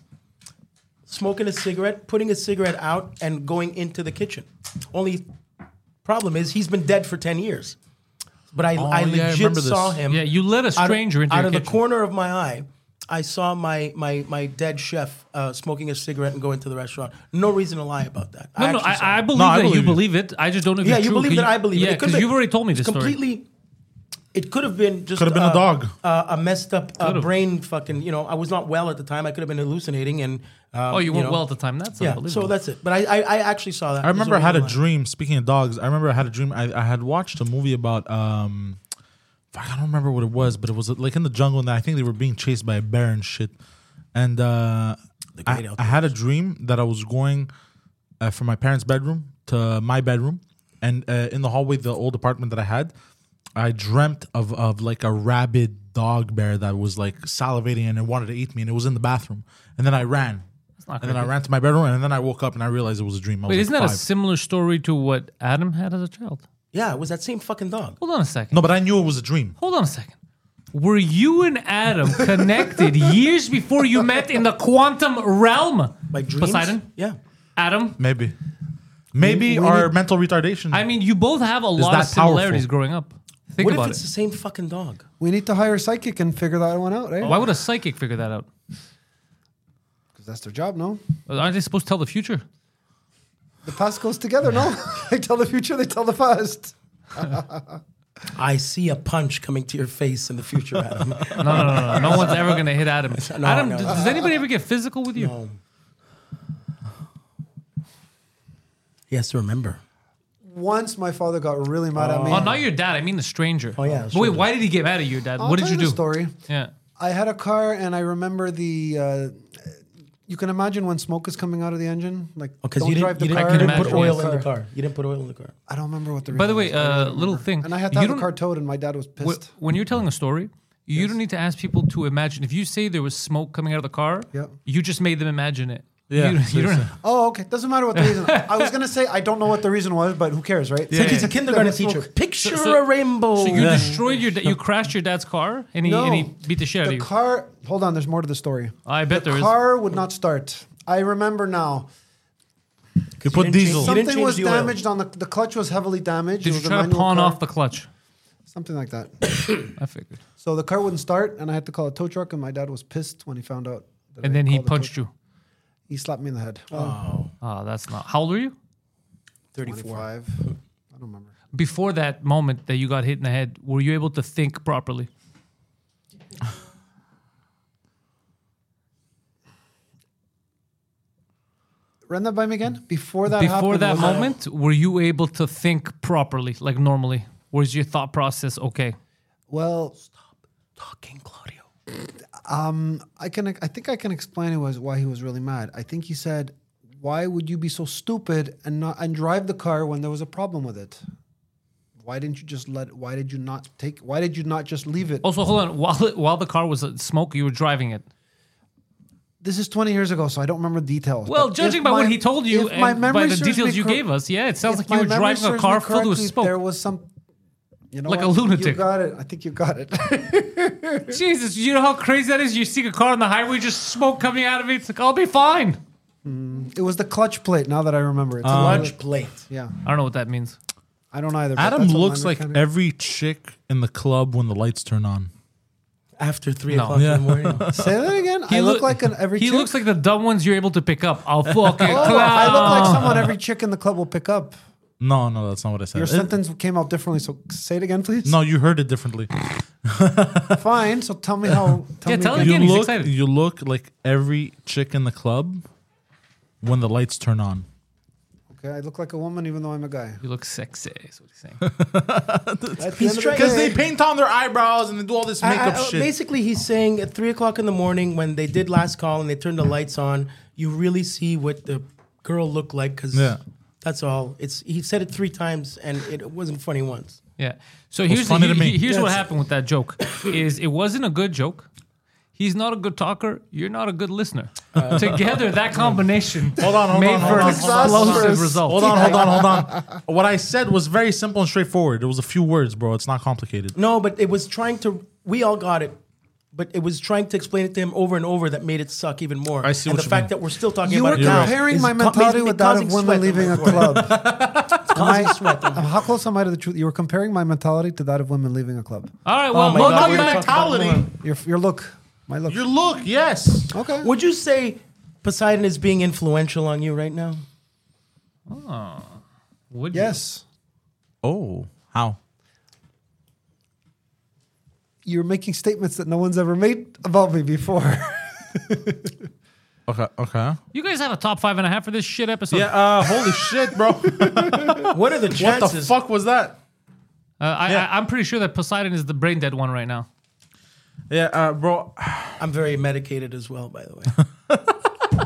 smoking a cigarette, putting a cigarette out, and going into the kitchen. Only problem is he's been dead for ten years. But I, I yeah, I legit remember this. saw him. Yeah, you let a Out of- stranger into out your of the kitchen. corner of my eye, I saw my my my dead chef uh, smoking a cigarette and going to the restaurant. No reason to lie about that. No, no, actually saw I, I it. believe No, I that you believe you. believe it. I just don't know if yeah, it's you true. believe that I believe yeah, it. It could because be- you've already told me it's this story. completely. It could have been just Could have been a dog. uh, a messed up uh, Could've. brain fucking. You know, I was not well at the time. I could have been hallucinating and. Um, Oh, you weren't know. well at the time. That's Yeah, unbelievable. so that's it. But I, I, I actually saw that. I remember I There's no had a reason to lie. dream. Speaking of dogs, I remember I had a dream. I, I had watched a movie about um, fuck, I don't remember what it was, but it was uh, like in the jungle, and I think they were being chased by a bear and shit. And uh, great I, I outdoors. had a dream that I was going uh, from my parents' bedroom to my bedroom, and uh, in the hallway, the old apartment that I had, I dreamt of of like a rabid dog bear that was like salivating and it wanted to eat me, and it was in the bathroom, and then I ran. not And then I creepy. ran to my bedroom, and then I woke up and I realized it was a dream. I was Wait, like isn't that a five. similar story to what Adam had as a child? Yeah, it was that same fucking dog. Hold on a second. No, but I knew it was a dream. Hold on a second. Were you and <laughs> Adam connected years before you met in the quantum realm? By dreams. Poseidon? Yeah. Adam? Maybe. Maybe we our need- mental retardation. I mean, you both have a lot of that powerful? similarities growing up. Think What if about it's it. the same fucking dog? We need to hire a psychic and figure that one out, eh? right? Why would a psychic figure that out? Because that's their job, no? Aren't they supposed to tell the future? The past goes together, <laughs> no? <laughs> they tell the future, they tell the past. I see a punch coming to your face in the future, Adam. <laughs> No, no, no, no. No, no one's ever gonna hit Adam. Adam, <laughs> no. d- does anybody ever get physical with you? he has to remember. Once my father got really mad at me. Oh, not your dad. I mean the stranger. Oh yeah, But wait, why did he get mad at you, dad? I'll what tell did you the do? story. Yeah. I had a car, and I remember the. Uh, you can imagine when smoke is coming out of the engine, like Because don't Oh, you drive didn't, the you didn't, car. you didn't don't put imagine. drive oil in the car. You didn't put oil in the car. I don't remember what the. By the reason way, was, but I uh, remember. little thing. and I had to You have the don't- <laughs> car towed, and my dad was Wh- pissed. when you're telling a story, You don't need to ask people to imagine. If you say there was smoke coming out of the car, Yep. you just made them imagine it. Yeah, You, you don't, seriously. Oh, okay. Doesn't matter what the reason. I was gonna say I don't know what the reason was, but who cares, right? Yeah. Like he's a Yeah. kindergarten Smoke. teacher. Picture so- a rainbow. so you destroyed your. da- You crashed your dad's car, and he, and he beat the shit out of The you. car. Hold on. There's more to the story. I bet the there is. car would not start. I remember now. You put diesel. You didn't Something change was the oil. damaged on the the clutch was heavily damaged. It Did you was a try to manual pawn car. off the clutch? something like that? I figured. So the car wouldn't start, and I had to call a tow truck. And my dad was pissed when he found out. that And I then he called the tow punched truck. you. He slapped me in the head. Oh, Ah, that's not. How old were you? 34. 25. I don't remember. Before that moment that you got hit in the head, were you able to think properly? Run that by me again. Before that. Before happened, that was I- moment, were you able to think properly, like normally? Was your thought process okay? well, Fucking Claudio. I can. I think I can explain it was why he was really mad. I think he said, "Why would you be so stupid and not and drive the car when there was a problem with it? Why didn't you just let? Why did you not take? Why did you not just leave it? Also, hold on. While while the car was uh, smoke, you were driving it. This is twenty years ago, so I don't remember details. Well, but judging if by what my- he told you if my and by memory the serves me details you cor- gave us, yeah, it sounds if like you my were memory driving a serves car me filled with correctly, There smoke. was some. You know Like what? a You lunatic. got it. I think you got it. <laughs> Jesus, you know how crazy that is. You see a car on the highway, just smoke coming out of it. It's like I'll be fine. it was the clutch plate. Now that I remember it, Uh, Lunch plate. yeah, I don't know what that means. I don't either. but Adam that's what my looks like mechanic- every chick in the club when the lights turn on. After three No. o'clock in the morning. Say that again. I look, like an every. He chick? looks like the dumb ones you're able to pick up. <laughs> I'll fucking Oh, I clown. look like someone every chick in the club will pick up. No, no, that's not what I said. Your It- sentence came out differently, so say it again, please. no, you heard it differently. <laughs> fine. So tell me how. Tell Yeah, me tell it. again. You Again, he's look, excited. you look like every chick in the club when the lights turn on. Okay, I look like a woman even though I'm a guy. You look sexy. Is what he's saying. At the end of the trying- 'Cause day- they paint on their eyebrows and they do all this I- I- I- Basically, he's saying at three o'clock in the morning when they did last call and they turned the lights on, you really see what the girl looked like because Yeah. that's all. It's he said it three times and it wasn't funny once. Yeah. So here's the, funny to he- me. he- here's what That's- happened with that joke is it wasn't a good joke. He's not a good talker. You're not a good listener. Together, that combination Uh, Hold on, hold made on, for hold an on, hold on, explosive hold on. result. Hold on, hold on, hold <laughs> on. What I said was very simple and straightforward. It was a few words, bro. It's not complicated. No, but it was trying to. We all got it. But it was trying to explain it to him over and over that made it suck even more. I see and what the you fact mean. that we're still talking You were about it now comparing is my ca- mentality is with that causing of women sweat leaving a over there. club. Am I- how close am I to the truth? You were comparing my mentality to that of women leaving a club. All Oh right, well, Oh my welcome God, we're back. talking about mentality. women. Your, your look, my look. Your look, yes. okay. Would you say Poseidon is being influential on you right now? Would you? yes, Oh, how? you're making statements that no one's ever made about me before. Okay, okay. You guys have a top five and a half for this shit episode. Yeah, uh, holy <laughs> shit, bro. what What are the chances? the fuck was that? Uh, I, Yeah. I, I'm pretty sure that Poseidon is the brain dead one right now. Yeah, uh, bro. I'm very medicated as well, by the <laughs> way.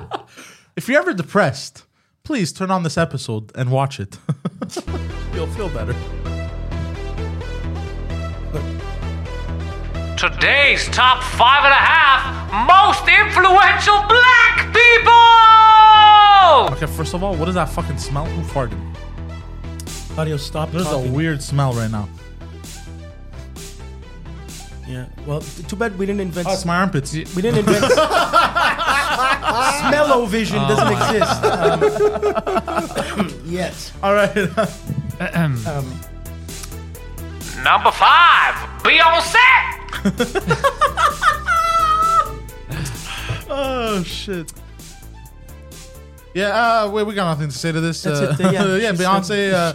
If you're ever depressed, please turn on this episode and watch it. <laughs> You'll feel better. Today's top five and a half most influential black people! Okay, first of all, what is that fucking smell? Who farted? Audio, stop There's a talking. weird smell right now. yeah. Well, t- too bad we didn't invent. Oh, it's my armpits. we <laughs> didn't invent. Smell-o-vision Oh doesn't exist. Um, <coughs> yet. All right. Number five, Beyonce! oh shit. Yeah, uh, we, we got nothing to say to this. That's uh, it, <laughs> yeah. Beyonce <laughs> uh,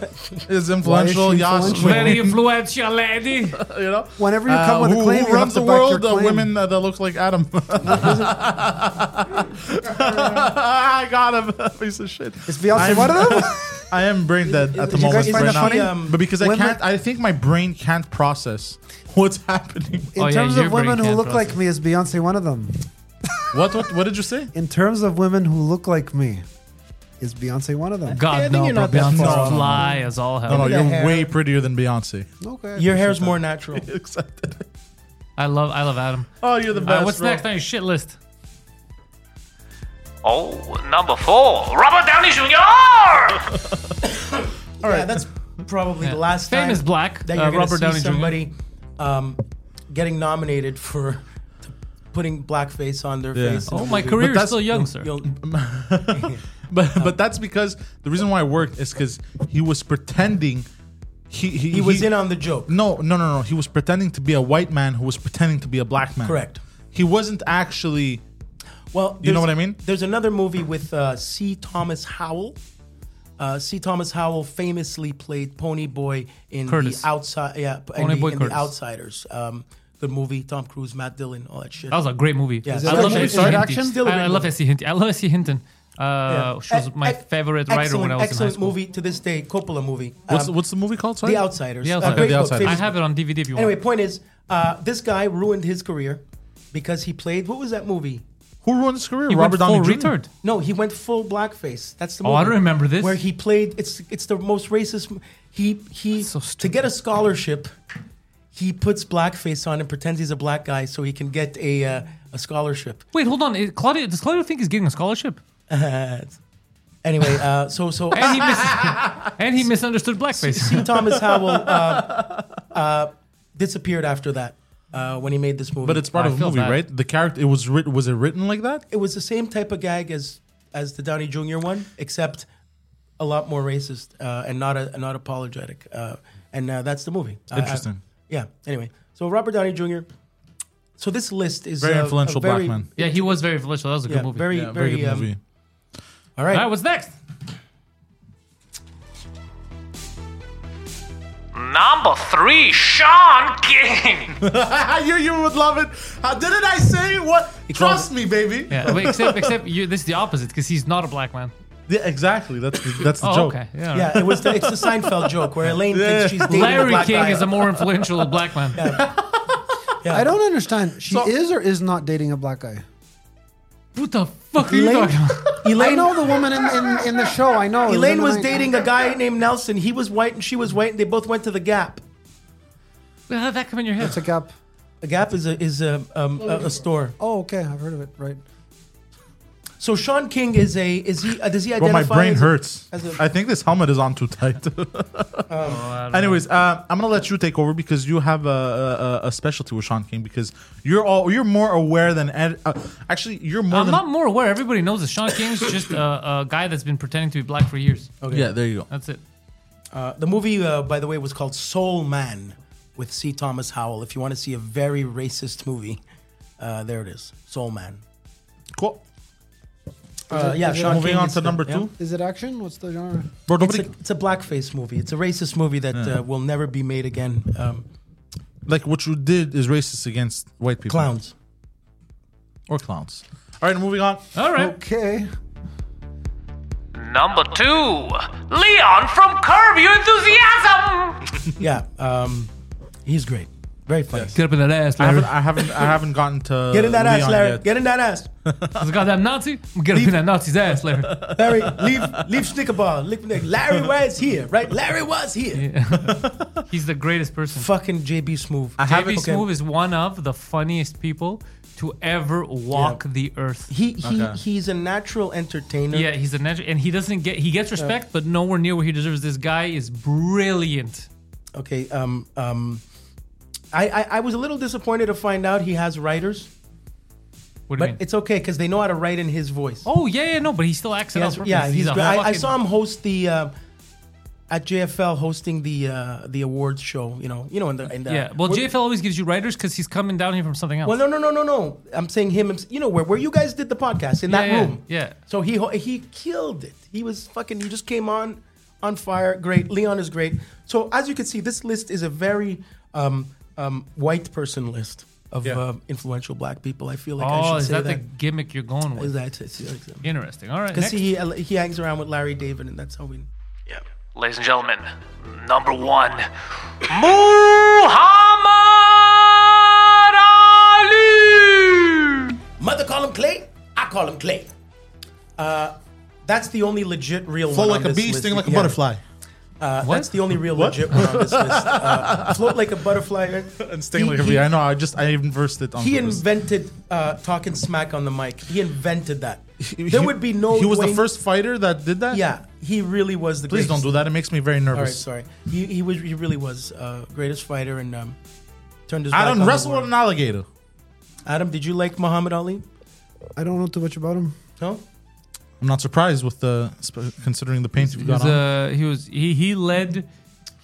is influential. she Yas, influential? women, Very influential <laughs> lady. you know, Whenever you Uh, come with who, a claim, who you have runs to the back your world? The claim. women uh, that, that look like <laughs> Adam. I got him, <laughs> piece of shit. Is Beyonce I'm- one of them? I am brain dead at the Did you guys moment right find that now, funny? Um, but because I women- can't, I think my brain can't process <laughs> what's happening. In Oh, yeah, terms your of women brain who can't look like process. me, is Beyonce one of them? what, what? What did you say? In terms of women who look like me, is Beyonce one of them? I God, think no, you're bro. not that Beyonce's far off. fly as all hell. No, no, the Oh, you're hair. way prettier than Beyonce. Okay. Your hair's more natural. <laughs> Accepted. I love I love Adam. Oh, you're the Uh, best. what's bro. next on your shit list? Oh, number four, Robert Downey Jr. All right, that's probably the last Famous time black, that uh, you're gonna Robert see Downey Jr.. somebody um, getting nominated for putting blackface on their Yeah. face. in a Oh, my movie. career is that's- still young, sir. You'll- <laughs> But but that's because the reason why it worked is because he was pretending. He he, he was in on the joke. No, no, no, no. He was pretending to be a white man who was pretending to be a black man. Correct. He wasn't actually. Well, You know there's- what I mean? There's another movie with uh, C. Thomas Howell. Uh, C. Thomas Howell famously played Pony Boy in Curtis. the outside, yeah, in, Pony the, Boy in the Curtis. Outsiders. Um, good movie. Tom Cruise, Matt Dillon, all that shit. That was a great movie. Yeah, Is I that love a Essie movie? Live Hinton. action? Still a I, I great love movie. Essie Hinton. I love Essie Hinton. Uh, Yeah. She was Ec- my ec- favorite writer when I was in high E, excellent school. movie to this day, Coppola movie. What's Um, what's the movie called? Sorry. The Outsiders. The A Outsiders. great The book, Outsiders. I famous have it on DVD if you want. Anyway, point is, uh, this guy ruined his career because he played. What was that movie? Who ruined his career? he Robert went Downey Jr. full retard. No, he went full blackface. That's the Oh, movie. I don't remember this. Where he played. It's it's the most racist. m- He he so to get a scholarship, he puts blackface on and pretends he's a black guy so he can get a uh, a scholarship. <laughs> Wait, hold on. Is Claudia, does Claudia think he's getting a scholarship? Anyway, uh, so <laughs> so And <laughs> he, mis- and he misunderstood blackface. C. Thomas Howell uh, uh, disappeared after that uh, when he made this movie. But it's part I of a feel movie, bad. right? The character. It was writ- was it written like that? it was the same type of gag as as the Downey Jr. one, except a lot more racist uh, and not a, not apologetic. Uh, and uh, that's the movie. I- I- Interesting. yeah. Anyway, so Robert Downey Jr. So this list is Very uh, a influential very, black man. yeah, he was very influential. That was a Yeah, good movie. very, Yeah, very. very good um, movie. All right. All <laughs> right, what's next? Number three, Sean King. I knew you would love it. How didn't I say what? Trust me, baby. Yeah, wait, except except you, this is the opposite because he's not a black man. Yeah, exactly. That's the, that's the Oh, joke. okay. Yeah. all right. yeah, it was the, it's the Seinfeld joke where Elaine thinks she's dating a Larry black King guy. is a more influential black <laughs> man. I don't understand. She So- is or is not dating a black guy. What the fuck are you Elaine- talking about? I know the woman in, in, in the show. I know. It in Elaine the was night- dating a guy named Nelson. He was white and she was white, and they both went to the Gap. How did that come in your head? It's a gap. The Gap is a is a um, a, a store. Oh, okay. I've heard of it. Right. So Sean King is a is he uh, does he But identify? my brain as a- hurts. I as a- think this helmet is on too tight. <laughs> Um, Oh, Anyways, uh, I'm gonna let you take over because you have a, a, a- a specialty with Sean King because you're all you're more aware than ed, uh, actually you're more I'm than not more aware. Everybody knows that Sean King's just a, a guy that's been pretending to be black for years. yeah. There you go. That's it. Uh, the movie, uh, by the way, was called Soul Man with C. Thomas Howell. If you want to see a very racist movie, uh, there it is, Soul Man. Cool. Uh, yeah, is it Sean Moving King on is to the- number yeah. two. Is it action? What's the genre? Bro, It's nobody a, it's a blackface movie. It's a racist movie that uh, will never be made again. Um, like what you did is racist against white people. clowns. or clowns. All right, moving on. All right. Okay. Number two, Leon from Curb Your Enthusiasm. Yeah, um, he's great. Very funny. Get up in that ass, I Larry. haven't, I haven't, I haven't gotten to <laughs> Get in that ass, Uh, Leon Larry. yet. Get in that ass, This goddamn Nazi. I'm gonna get up in that Nazi's ass, <laughs> Larry. <laughs> Larry. Leave, leave Snickerball. Leave- Larry was here, right? Larry was here. <laughs> He's the greatest person. Fucking JB Smoove. I Javi Smoove is one of the funniest people to ever walk the earth. He he he's a natural entertainer. Yeah, he's a natural, and he doesn't get he gets respect, but nowhere near where he deserves. This guy is brilliant. Okay. Um um, I, I I was a little disappointed to find out he has writers, What do you but mean? it's okay because they know how to write in his voice. oh yeah, yeah, no, but he still acts it He out. has- perfectly. yeah. He's. a great. I, I fucking- saw him host the. Uh, at JFL hosting the uh, the awards show, you know, you know, in the in the Yeah, well, Where- JFL always gives you writers because he's coming down here from something else. Well, no, no, no, no, no. I'm saying him. him- You know where where you guys did the podcast in that Yeah, yeah, room. yeah. So he ho- he killed it. He was fucking. You just came on on fire. Great. Leon is great. So as you can see, this list is a very um, um, white person list of Yeah. uh, influential black people. I feel like I oh, should is say that, that. the gimmick you're going with? is that it's- it's- Interesting. All right. because Next. he he hangs around with Larry David, and that's how we. Ladies and gentlemen, number one, Muhammad Ali. Mother call him Clay. I call him Clay. Uh, that's the only legit real Flow one. like on a this bee, list. sting like a Yeah. butterfly. Uh, What? That's the only real legit one on this list. <laughs> Uh, float like a butterfly. and sting He- like he- a bee. I know. I just I inversed it on He purpose. invented uh, talking smack on the mic. He invented that. He- There would be no. He was the Dwayne- first fighter that did that. Yeah, he really was the. Please greatest. don't do that. It makes me very All right, nervous. sorry. He, he was he really was uh, greatest fighter and um, turned his. I back on don't the wrestle world. with an alligator. Adam, did you like Muhammad Ali? I don't know too much about him. No. I'm not surprised with the sp- considering the paint you've He was, got on. uh, he was he he led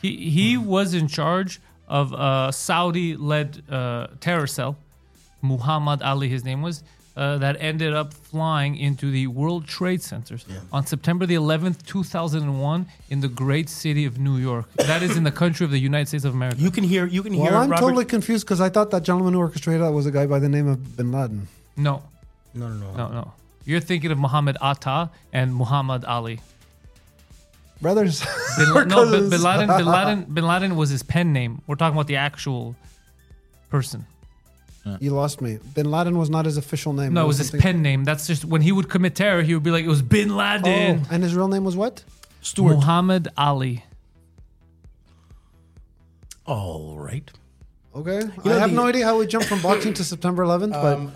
he he was in charge of a Saudi led uh, terror cell. Muhammad Ali, his name was. Uh, that ended up flying into the World Trade Centers on September the 11th, 2001, in the great city of New York. That is in the country of the United States of America. You can hear. You can Well, hear. I'm Robert- totally confused because I thought that gentleman who orchestrated that was a guy by the name of Bin Laden. No, No, no, no. no, no. You're thinking of Muhammad Atta and Muhammad Ali. Brothers, <laughs> Bin, We're no, Bin, cousins. Bin Laden. <laughs> Bin Laden. Bin Laden was his pen name. We're talking about the actual person. you lost me. Bin Laden was not his official name. No, it was his something- pen name. That's just when he would commit terror, he would be like, "It was Bin Laden." Oh, and his real name was what? Stewart. Muhammad Ali. All right. Okay, know, I have the- no idea how we jumped from boxing to September 11th, but Um,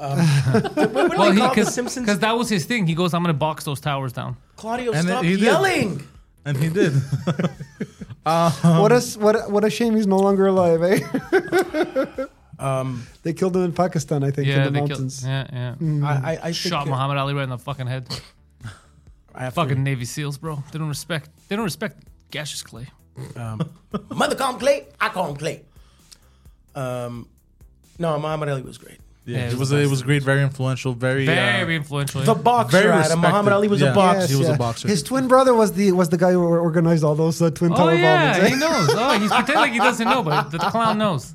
Well, call the because Simpsons? that was his thing. He goes, "I'm gonna box those towers down." Claudio, And stop he did. yelling. and he did. what a um, s- what a, what a shame he's no longer alive, <laughs> eh? Um, they killed him in Pakistan, I think, Yeah, in they the killed- mountains. Mm. Yeah, yeah. I, I, I Shot think, uh, Muhammad Ali right in the fucking head. I have to- fucking Navy SEALs, bro. They don't respect. They don't respect gaseous clay. Mother call him Clay. I call him Clay. Um, no, Muhammad Ali was great. Yeah, it it was was. It was great. Very influential. Very. Very Uh, influential. Oh, The boxer, Very Adam. Muhammad respected. Ali was a Yeah. boxer. Yes, he was a boxer. His twin brother was the was the guy who organized all those uh, twin oh tower yeah, <laughs> bombings. he eh? knows. Oh, he's pretending like he doesn't know, but the clown <laughs> knows.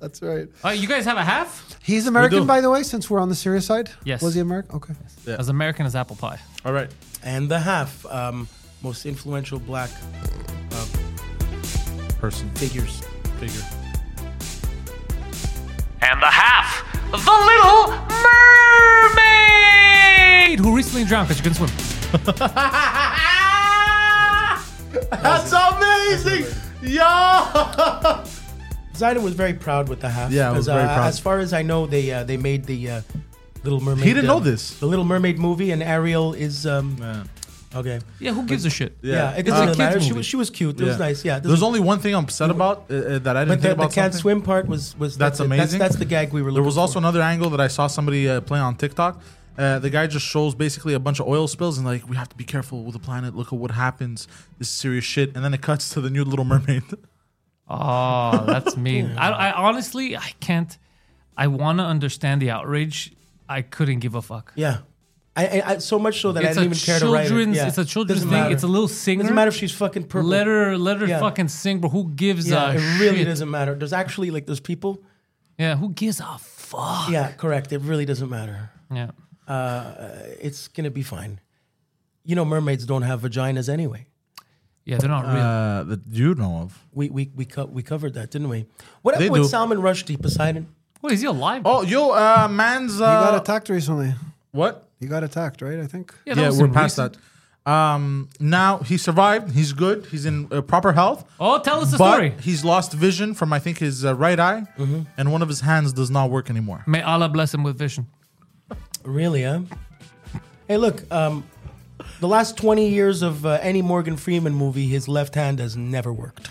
That's right. Uh, you guys have a half? He's American, do. by the way, since we're on the serious side. Yes. Was he American? Okay. As American as apple pie. all right. And the half um, most influential black Person. figures. Figure. And the half, the little mermaid. Kate, who recently drowned because she couldn't swim. <laughs> <laughs> That's amazing, yo. Zidane was very proud with the half. Yeah, I 'cause, was very uh, proud. As far as I know, they uh, they made the uh, Little Mermaid. He didn't uh, know this. The Little Mermaid movie, and Ariel is um, Man. okay. Yeah, who gives a shit? Yeah, it It's a doesn't kid's matter. She movie. was she was cute. It was nice. Yeah, it Uh, There's doesn't- only one thing I'm upset about uh, uh, that I didn't But the, think the about. can't something. swim part was was That's it. amazing. That's, that's the gag we were. There looking was also for. another angle that I saw somebody uh, play on TikTok. Uh, the guy just shows basically a bunch of oil spills and like we have to be careful with the planet. Look at what happens. This is serious shit. And then it cuts to the new Little Mermaid. <laughs> Oh, that's mean. I, I honestly, I can't. I want to understand the outrage. I couldn't give a fuck. Yeah, I, I, I so much so that I It's a didn't even care to write it. children's. Yeah. It's a children's Doesn't thing. matter. It's a little singer. Doesn't matter if she's fucking purple. Let her, let her Yeah. fucking sing, bro. Who gives Yeah, a it really shit? doesn't matter. There's actually like those people. Yeah, who gives a fuck? Yeah, correct. It really doesn't matter. Uh, Yeah. It's gonna be fine. You know, mermaids don't have vaginas anyway. Yeah, they're not real. Uh, that you know of. We we we, co- we covered that, didn't we? What They happened with do. Salman Rushdie, Poseidon? Wait, is he alive? Oh, yo, uh, man's. Uh, He got attacked recently. What? He got attacked, right? I think. yeah, Yeah, was we're some past recent- that. Um, now he survived. He's good. He's in uh, proper health. Oh, tell us the but story. he's lost vision from I think his uh, right eye, and one of his hands does not work anymore. May Allah bless him with vision. Really? Huh? Hey, look. Um, the last twenty years of uh, any Morgan Freeman movie, his left hand has never worked.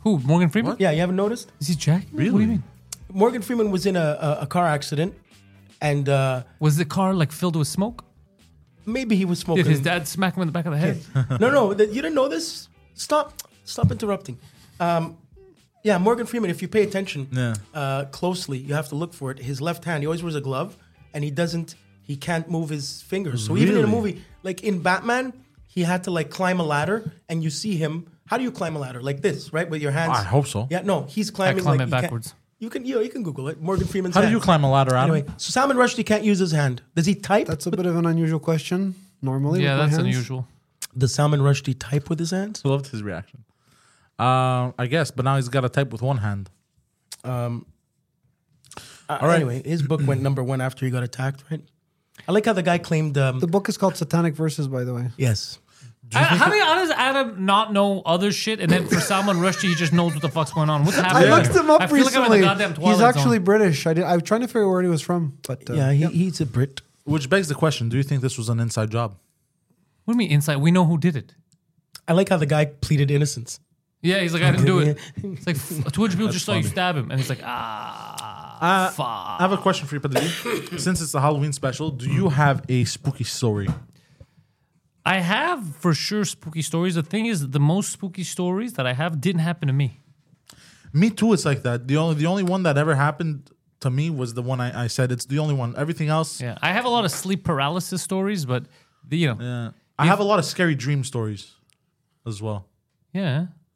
Who? Morgan Freeman? Yeah, you haven't noticed? Is he jacking? Really? What do you mean? Morgan Freeman was in a, a, a car accident, and uh, Was the car like filled with smoke? maybe he was smoking. Did his dad smack him in the back of the head? no, no, th- you didn't know this. Stop, stop interrupting. Um, yeah, Morgan Freeman. If you pay attention Yeah. uh, closely, you have to look for it. His left hand. He always wears a glove, and he doesn't. He can't move his fingers. So even in a Really? movie like in Batman, he had to like climb a ladder, and you see him. How do you climb a ladder? Like this, right? With your hands. I hope so. Yeah, no, he's climbing. climb like, it he can't- backwards. You can, you know, you can Google it. Morgan Freeman's. How do hand. you climb a ladder, Adam? Anyway, so Salman Rushdie can't use his hand. Does he type? That's a bit of an unusual question. Normally, yeah, with my that's hands. unusual. Does Salman Rushdie type with his hands? Loved his reaction. Uh, I guess, but now he's got to type with one hand. All right. Anyway, his book went number one after he got attacked, right? I like how the guy claimed. Um, The book is called Satanic Verses, by the way. yes. I, how, do you, how does Adam not know other shit, and then for Salman Rushdie, he just knows what the fuck's going on? What's I happening? looked there? him up I feel recently. Like I'm in the goddamn He's Twilight actually Zone. British. I did. I was trying to figure where he was from, but uh, Yeah, he, he's a Brit. Which begs the question: Do you think this was an inside job? What do you mean inside? We know who did it. I like how the guy pleaded innocence. Yeah, he's like, I didn't do <laughs> it. It's like f- two hundred people just saw you stab him, and he's like, ah, fuck. Uh, I have a question for you, <laughs> Padre. Since it's a Halloween special, do you have a spooky story? I have for sure spooky stories. The thing is, the most spooky stories that I have didn't happen to me. Me too. It's like that. The only the only one that ever happened to me was the one I, I said. It's the only one. Everything else, Yeah, I have a lot of sleep paralysis stories, but the, you know, uh, I have a lot of scary dream stories, as well. yeah.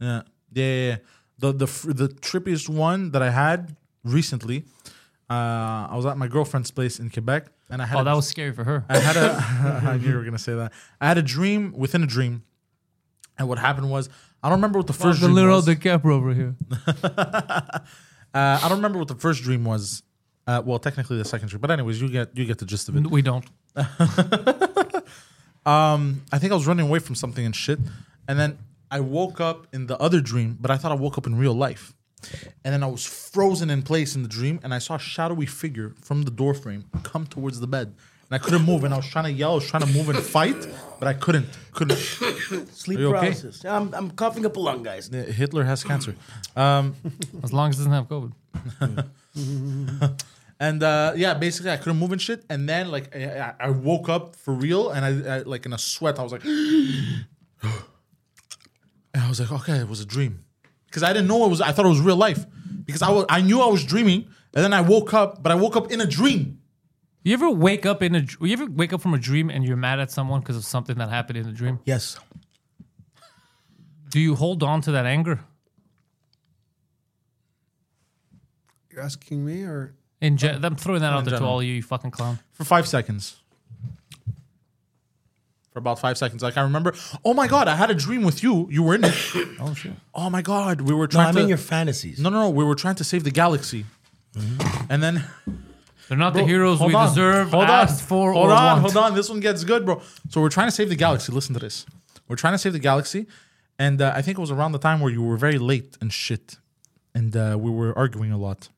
Yeah, yeah, yeah. yeah. The the fr- the trippiest one that I had recently, uh, I was at my girlfriend's place in Quebec, and I had Oh, a- that was scary for her. I had a <laughs> I knew you were gonna say that. I had a dream within a dream, and what happened was I don't remember what the first the dream little was. DiCaprio over here. Uh, I don't remember what the first dream was. Uh, well, technically the second dream, but anyways, you get you get the gist of it. We don't. I think I was running away from something and shit, and then I woke up in the other dream, but I thought I woke up in real life, and then I was frozen in place in the dream, and I saw a shadowy figure from the doorframe come towards the bed. And I couldn't move, and I was trying to yell, I was trying to move and fight, but I couldn't. Couldn't. <coughs> <laughs> Sleep Are you okay? paralysis. I'm, I'm coughing up a lung, guys. Hitler has cancer. As long as it doesn't have COVID. And uh, yeah, basically, I couldn't move and shit. And then, like, I, I- I woke up for real, and I, I like in a sweat. I was like, <gasps> and I was like, okay, it was a dream, because I didn't know it was. I thought it was real life, because I was, I knew I was dreaming, and then I woke up, but I woke up in a dream. You ever wake up in a? dr- You ever wake up from a dream and you're mad at someone because of something that happened in the dream? Yes. Do you hold on to that anger? you're asking me, or In Uh, ge- I'm throwing that out there to general. all of you, you fucking clown. for five seconds. For about five seconds, like I remember. Oh my god, I had a dream with you. You were in it. oh shit. Oh my god, we were No, trying I'm to. in your fantasies. no, no, no. We were trying to save the galaxy, and then. They're not Bro, the heroes hold we on. deserve, Hold asked on. for, hold or on, want. hold on. This one gets good, bro. So we're trying to save the galaxy. Listen to this. We're trying to save the galaxy, and uh, I think it was around the time where you were very late and shit, and uh, we were arguing a lot.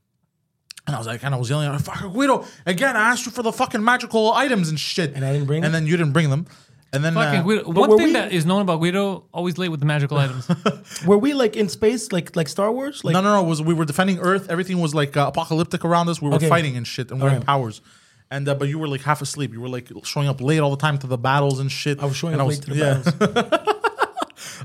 And I was like, and I was yelling, out, "Fucking Guido!" Again, I asked you for the fucking magical items and shit, And I didn't bring And them? then you didn't bring them, and then Fucking uh, Guido. but One were thing we- that is known about Guido, always late with the <laughs> magical items. Were we like in space, like like Star Wars? Like no, no, no. It was we were defending Earth. Everything was like uh, apocalyptic around us. We were Okay. fighting and shit, and we we're in Alright. powers. And uh, but you were like half asleep. You were like showing up late all the time to the battles and shit. I was showing and up late to the yeah. <laughs> battles.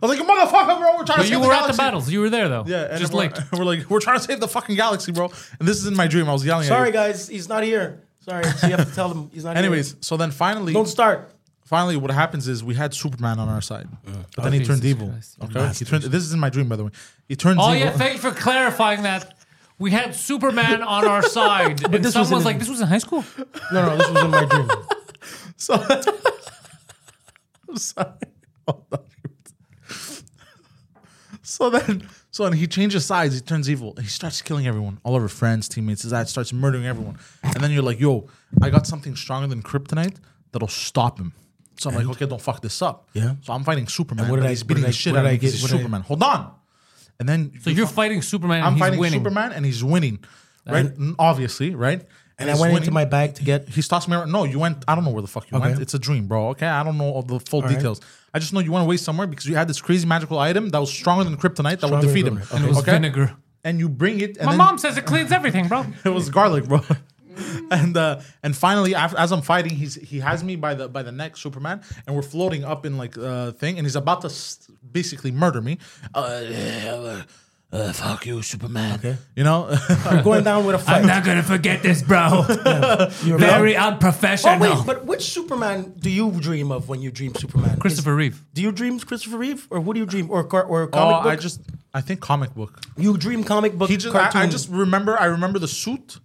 I was like, motherfucker, bro, we're trying to but save you the were at galaxy. the battles. You were there though. Yeah, and just we're, late. We're like, we're trying to save the fucking galaxy, bro. And this is in my dream. I was yelling. Sorry, at you. guys, he's not here. Sorry, so you have to tell him he's not Anyways, here. so then finally, don't start. finally, what happens is we had Superman on our side, but then he Oh, Jesus turned evil. Christ. Okay, he turned. This is in my dream, by the way. He turns. Oh evil. yeah, thank you for clarifying that. We had Superman on <laughs> our side, but and this was someone's in- like, "This was in high school." No, no, this was in <laughs> my dream. So I'm sorry. Hold on. So then, so then he changes sides. He turns evil. He starts killing everyone, all of her friends, teammates. His dad starts murdering everyone. And then you're like, "Yo, I got something stronger than kryptonite that'll stop him." So I'm like, "Okay, don't fuck this up." Yeah. So I'm fighting Superman. And what did but I- he's what beating did the I- shit what out did of I me get- because what he's did I- Superman. Hold on. And then So you're fighting Superman. And I'm he's fighting winning. Superman, and he's winning, right? N- Obviously, right? And I he's went into winning. my bag to get <laughs> He's tossing me around. No, you went. I don't know where the fuck you Okay. went. It's a dream, bro. Okay, I don't know all the full right. details. I just know you went away somewhere because you had this crazy magical item that was stronger than kryptonite that would Stronger defeat than him. kryptonite. And it was vinegar. And you bring it. And My then- mom says it cleans everything, bro. it was garlic, bro. <laughs> and uh, and finally, af- as I'm fighting, he's he has me by the by the neck, Superman, and we're floating up in like uh, thing, and he's about to s- basically murder me. Uh, yeah, uh, uh, fuck you, Superman. You know. <laughs> You're going down with a fight. gonna forget this, bro. You're unprofessional. Oh wait, but which Superman do you dream of when you dream Superman? Is- Christopher Reeve. Do you dream Christopher Reeve, or what do you dream, or car- or Oh, comic book? I just I think comic book. you dream comic book. He just I, cartoon. I just remember I remember the suit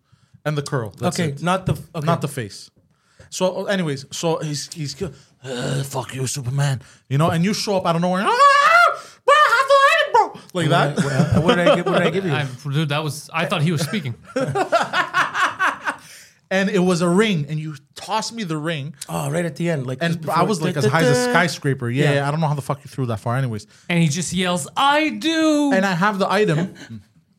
and the curl. That's okay, it. not the okay. not the face. So, uh, anyways, so he's he's go- uh, fuck you, Superman. You know, and you show up out of nowhere. Ah, bro, I have to light it, bro, like that. <laughs> Well, what did I give? What did I give you? I, dude, that was. I thought he was speaking. and it was a ring, and you tossed me the ring, Oh, right at the end, like just and I before- was like as high as a skyscraper. Yeah, Yeah. I don't know how the fuck you threw that far, anyways. and he just yells, "I do." And I have the item, <laughs>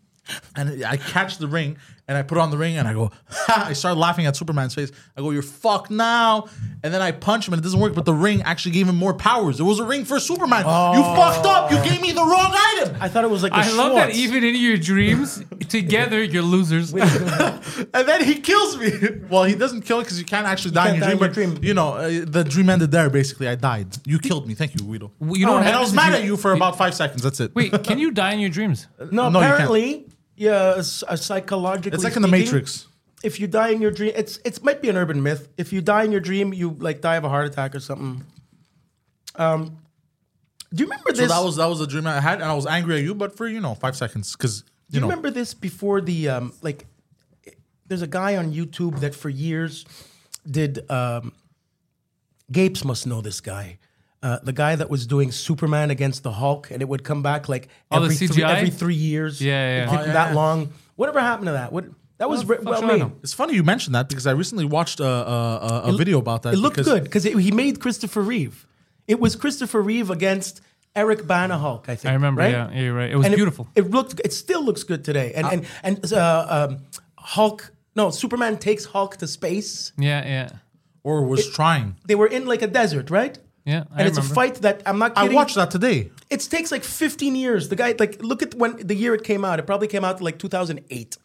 and I catch the ring, and I put on the ring, and I go, I start laughing at Superman's face. I go, "You're fucked now!" And then I punch him, and it doesn't work. But the ring actually gave him more powers. There was a ring for Superman. You fucked up. You gave me the wrong item. <laughs> I thought it was like the I love that Schwartz. even in your dreams, together you're losers. And then he kills <laughs> me. well, he doesn't kill because you can't actually die, can't in, your die in dream, your but, dream. You know, uh, the dream ended there. Basically, I died. You killed me. Thank you, Guido. Oh, Well, you know what and I was happens if mad you- at you for about five seconds. That's it. Wait, can you die in your dreams? No, No, you can't. apparently, yeah, s- uh, psychologically. <laughs> It's like in The speaking, Matrix. If you die in your dream, it's it might be an urban myth. If you die in your dream, you like die of a heart attack or something. Um, do you remember So this? that was that was a dream I had, and I was angry at you, but for you know five seconds because you, do you know remember this before the um like? There's a guy on YouTube that for years did. Um, Gapes must know this guy. Uh, the guy that was doing Superman against the Hulk, and it would come back like Oh, the every, three, CGI? every three years. Yeah, yeah, It yeah. took Oh, him that long. Whatever happened to that? What that was re- fuck well should I made. know? it's funny you mentioned that because I recently watched a a, a, a video about that. It looked because good because he made Christopher Reeve. It was Christopher Reeve against Eric Bana Hulk, I think. I remember, right? yeah, yeah, you're right. It was And beautiful. It, looked. It still looks good today. And and and uh, um, Hulk. No, Superman takes Hulk to space. Yeah, yeah, or was trying. They were in like a desert, right? yeah. I and it's remember. a fight that I'm not I kidding. watched that today. It takes like 15 years. The guy, like, look at when the year it came out. It probably came out like 2008.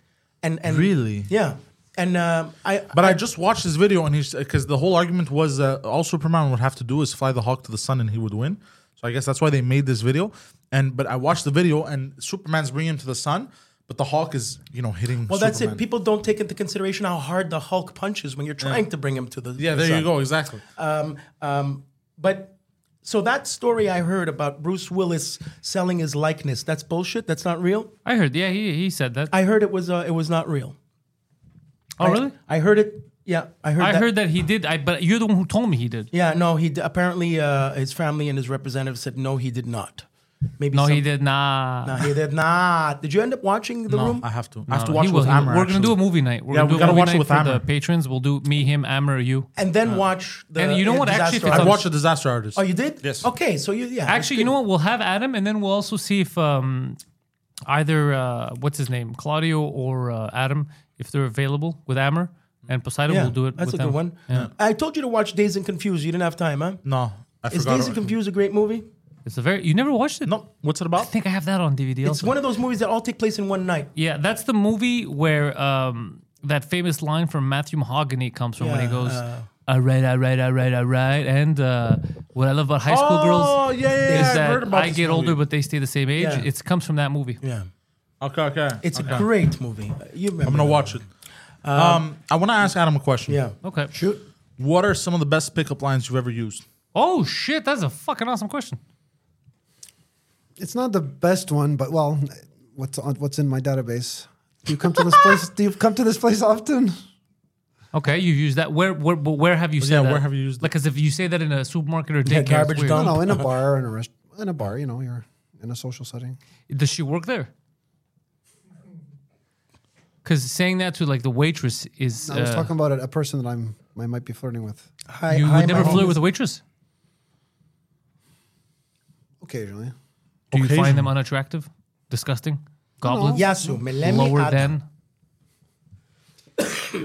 And and Really? yeah. And um, I But I just watched this video, and he's because the whole argument was uh, all Superman would have to do is fly the Hawk to the sun, and he would win. So I guess that's why they made this video. And but I watched the video, and Superman's bringing him to the sun, but the Hawk is you know hitting. Well, that's it. People don't take into consideration how hard the Hulk punches when you're trying to bring him to the. Yeah, the there you sun. go. Exactly. Uh, Um, but so that story I heard about Bruce Willis selling his likeness, that's bullshit. That's not real. I heard. Yeah, he he said that. I heard it was uh, it was not real. oh, really? I heard it. Yeah, I heard. I that. heard that he did. I but you're the one who told me he did. Yeah, no, he d- apparently uh, his family and his representative said no, he did not. Maybe No, he some- did. Nah. No, <laughs> he did not. Did you end up watching the room? I have to. I have to He watch will, with he will. Amr. We're gonna do a actually. movie night. We're Yeah, gonna do we a gotta movie watch it night with for Amr. the patrons. We'll do me, him, Amr, you. and then watch the. And you know what? disaster Actually, if it's artist. I on- watched the disaster artist. Oh, you did? Yes. Okay, so you yeah. Actually, you know what? We'll have Adam, and then we'll also see if um, either uh, what's his name, Claudio or uh, Adam, if they're available with Amr and Poseidon. Yeah, we'll do it. That's with a good them. one. I told you to watch Days and Confused. You didn't have time, huh? No, I Is forgot. Days and Confused a great movie? It's a very. You never watched it? no, what's it I about? think I have that on DVD. It's one of those movies that all take place in one night. Yeah, that's the movie where um, that famous line from Matthew Mahogany comes from when he Yeah, goes, uh, "All right, all right, all right, all right." And uh, what I love about high school Oh, girls yeah, yeah, yeah, is I've heard that about I this get older, movie. but they stay the same age. Yeah. It comes from that movie. Yeah, Okay, okay. it's okay. a great movie. You remember? I'm gonna watch it. Um, I want to ask Adam a question. Yeah. Okay. What are some of the best pickup lines you've ever used? Oh shit, that's a fucking awesome question. It's not the best one, but well, what's on, what's in my database? Do you come to this place? Do you come to this place often? Okay, you use that. Where where but where have you said yeah, that? where have you used Like, as if you say that in a supermarket or daycare. it's garbage weird. dump. No, no, in a bar, in a rest, in a bar. You know, you're in a social setting. Does she work there? Because saying that to like the waitress is I was uh, talking about a, a person that I'm I might be flirting with Hi, you hi, would never my flirt homies. with a waitress. occasionally. Do you Occasionally. find them unattractive, disgusting, goblets, Yasu, Melemi lower Ad- than?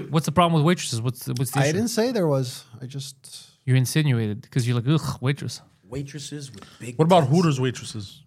<coughs> What's the problem with waitresses? What's the, what's the I issue? didn't say there was. I just You insinuated because you're like ugh waitress. waitresses with big. What about tits. Hooters waitresses?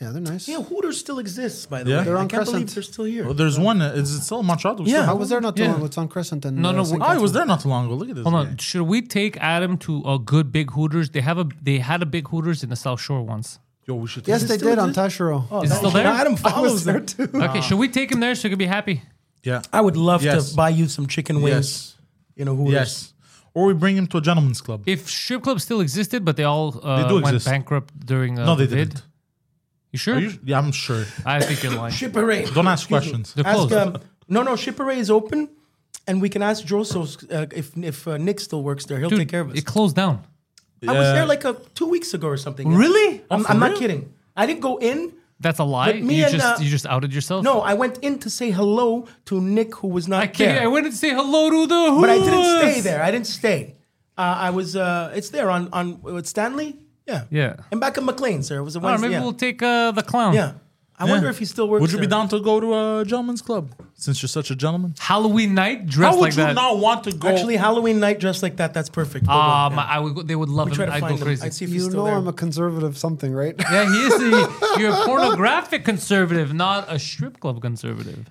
yeah, they're nice. Yeah, Hooters still exists, by the Yeah. way. They're I on can't believe Crescent. they're still here. Well, there's one. uh, Is it still in Montreal? Yeah. I was there not too Yeah. long. It's on Crescent and No, no, uh, Saint Oh, I was Catherine. there not too long ago. Look at this. Hold on, should we take Adam to a good big Hooters? They have a they had a big Hooters in the South Shore once. Yo, we should. Yes, take they this. did on Tashiro. Is it still there? <laughs> Adam I was follows there them. too. Ah. Okay, should we take him there so he can be happy? Yeah. I would love Yes. to buy you some chicken wings. Yes. You know Hooters. Yes. Or we bring him to a gentleman's club. If strip clubs still existed, but they all uh, They do went exist. bankrupt during uh, no, they the vid. didn't. You sure? Are you, yeah, I'm sure. I think you're lying. Shipperay. Don't ask questions. They're Ask closed. um, no, no. Shipperay is open, and we can ask Drosos uh, if if uh, Nick still works there. He'll Dude, take care of us. it closed down. I was Yeah. there like a, two weeks ago or something. Really? I'm, Oh, for I'm not real? kidding. I didn't go in, That's a lie. But me you and, just uh, you just outed yourself. No, I went in to say hello to Nick, who was not I can't. there. I went to say hello to the who. but I didn't stay there. I didn't stay. Uh, I was. Uh, it's there on on with Stanley. Yeah. Yeah. And back at McLean, sir. It was a Or Wednesday. maybe yeah. we'll take uh, the clown. yeah. I wonder if he still works. Would you be there. down to go to a gentleman's club since you're such a gentleman? Halloween night dressed How would like you that. not want to go? Actually, Halloween night dressed like that. That's perfect. We'll go, um, yeah. I would. Go, they would love we try him. to I'd find go him. crazy. I'd see if he's You still know there. I'm a conservative something, right? <laughs> yeah, he is. <laughs> The, you're a pornographic conservative, not a strip club conservative.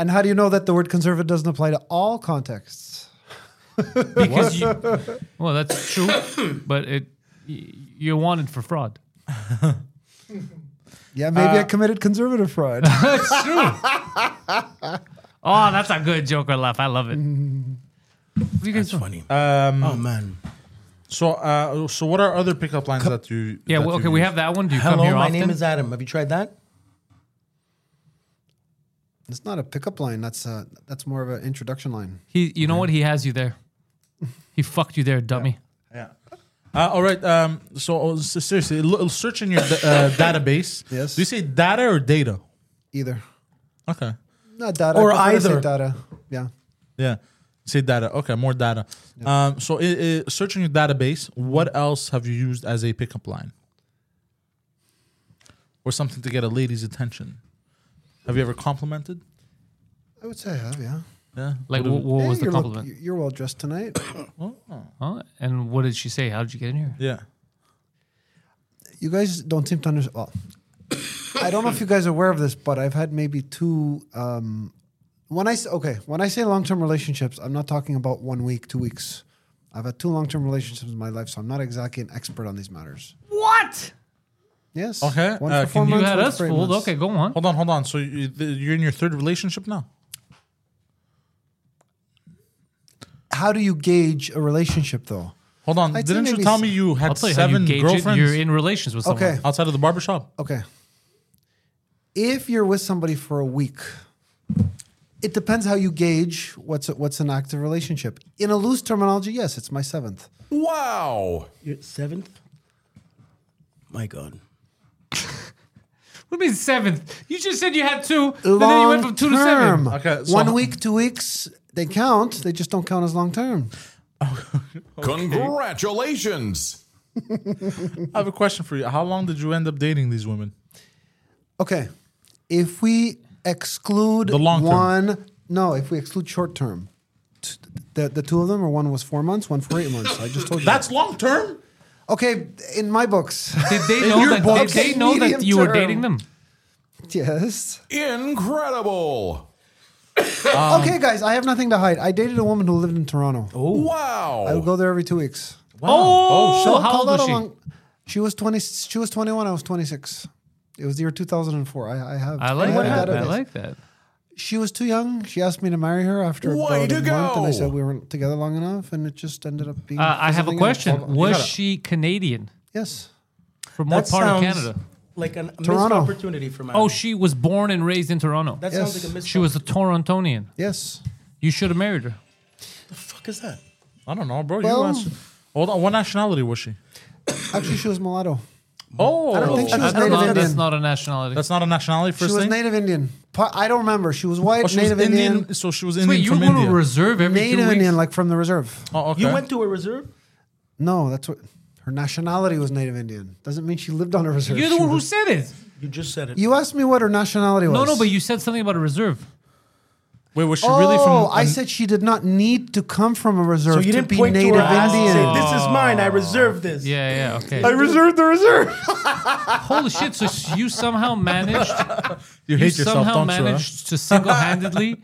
And how do you know that the word conservative doesn't apply to all contexts? Because you, <laughs> well, that's true, but it y- you're wanted for fraud. Yeah, maybe I committed conservative fraud. That's true. oh, that's a good Joker laugh. I love it. You guys It's funny. Uh, Um, oh man. so, uh, so what are other pickup lines that you? Yeah, that well, you've okay, we used? have that one. Do you come Hello, here my often? name is Adam. Have you tried that? it's not a pickup line. That's a, that's more of an introduction line. he, you know what? He has you there. He fucked you there, dummy. Yeah. Uh, all right. Um, so uh, s- seriously, l- search in your da- <laughs> uh, database. Yes. Do you say data or data? Either Okay. not data I Or prefer to say either. data. Yeah. Yeah. Say data. Okay, more data. Um, so i i searching your database. What else have you used as a pickup line, or something to get a lady's attention? Have you ever complimented? I would say I have. Yeah. Yeah. Like, what, what Hey, was the you're look- compliment? you're well dressed tonight. Huh? And what did she say? How did you get in here? Yeah. you guys don't seem to understand. Well, I don't know if you guys are aware of this, but I've had maybe two. Um, when I s- okay, when I say long term relationships, I'm not talking about one week, two weeks. I've had two long term relationships in my life, so I'm not exactly an expert on these matters. What? Yes. Okay, One uh, for four can You months, had one us for eight fooled. months. Okay, go on. Hold on, hold on. So you, th- you're in your third relationship now. How do you gauge a relationship, though? Hold on. I'd say Didn't you maybe tell s- me you I'll had tell you seven how you gauge girlfriends it. You're in relations with someone. Okay. outside of the barbershop? Okay. If you're with somebody for a week, it depends how you gauge what's a, what's an active relationship. In a loose terminology, yes, it's my seventh. Wow. You're seventh. My God. What do you mean seventh? You just said you had two, and then you went from two to seven. term. Okay, so- One week, two weeks, they count. They just don't count as long term. Congratulations. <laughs> I have a question for you. How long did you end up dating these women? Okay. If we exclude The long term. one, no, if we exclude short term, t- the, the two of them, or one was four months, one for eight months. I just told you. That's long term. that. okay. In my books, <laughs> Did they know your that? book. Did they know that Medium you were term. dating them? yes. Incredible. Um, okay, guys, I have nothing to hide. I dated a woman who lived in Toronto. I would Wow. go there every two weeks. Oh, Don't how call old that was a she? long- She was twenty. She was twenty-one. I was twenty-six. It was the year two thousand and four. I, I have. I like have a that. I database. like that. She was too young. She asked me to marry her after Way about to a month, and I go. said we weren't together long enough, and it just ended up being. Uh, I have a fizzling out. question. Hold on. Was she Canadian? Yes. From what That part of sounds Canada? Like an- a missed Toronto. opportunity for my. Oh, she was born and raised in Toronto. that sounds yes. like a missed. She was a Torontonian. Yes. You should have married her. fuck is that? Oh, I don't know, bro. Well- you answer. Hold on. What nationality was she? Actually, she was mulatto. Oh, I don't think she was That's not, Native Indian. that's not a nationality. that's not a nationality. First she was thing. Native Indian. Pa- I don't remember. She was white, Oh, she Native was Indian, Indian, So she was Wait, Indian you from went to India. a reserve every two Native weeks? Indian, like from the reserve. oh, okay. You went to a reserve. No, that's what her nationality was. Native Indian doesn't mean she lived on a reserve. You're the She one who was- said it. You just said it. You asked me what her nationality was. No, no, but you said something about a reserve. Wait, was she Oh, really from? I an- said she did not need to come from a reserve so you to didn't be point Native to her ass and Indian. say, "This is mine. I reserve this." Yeah, yeah, okay. reserved the reserve. Holy shit! So you somehow managed. you <laughs> You hate yourself, somehow don't you? managed <laughs> to single-handedly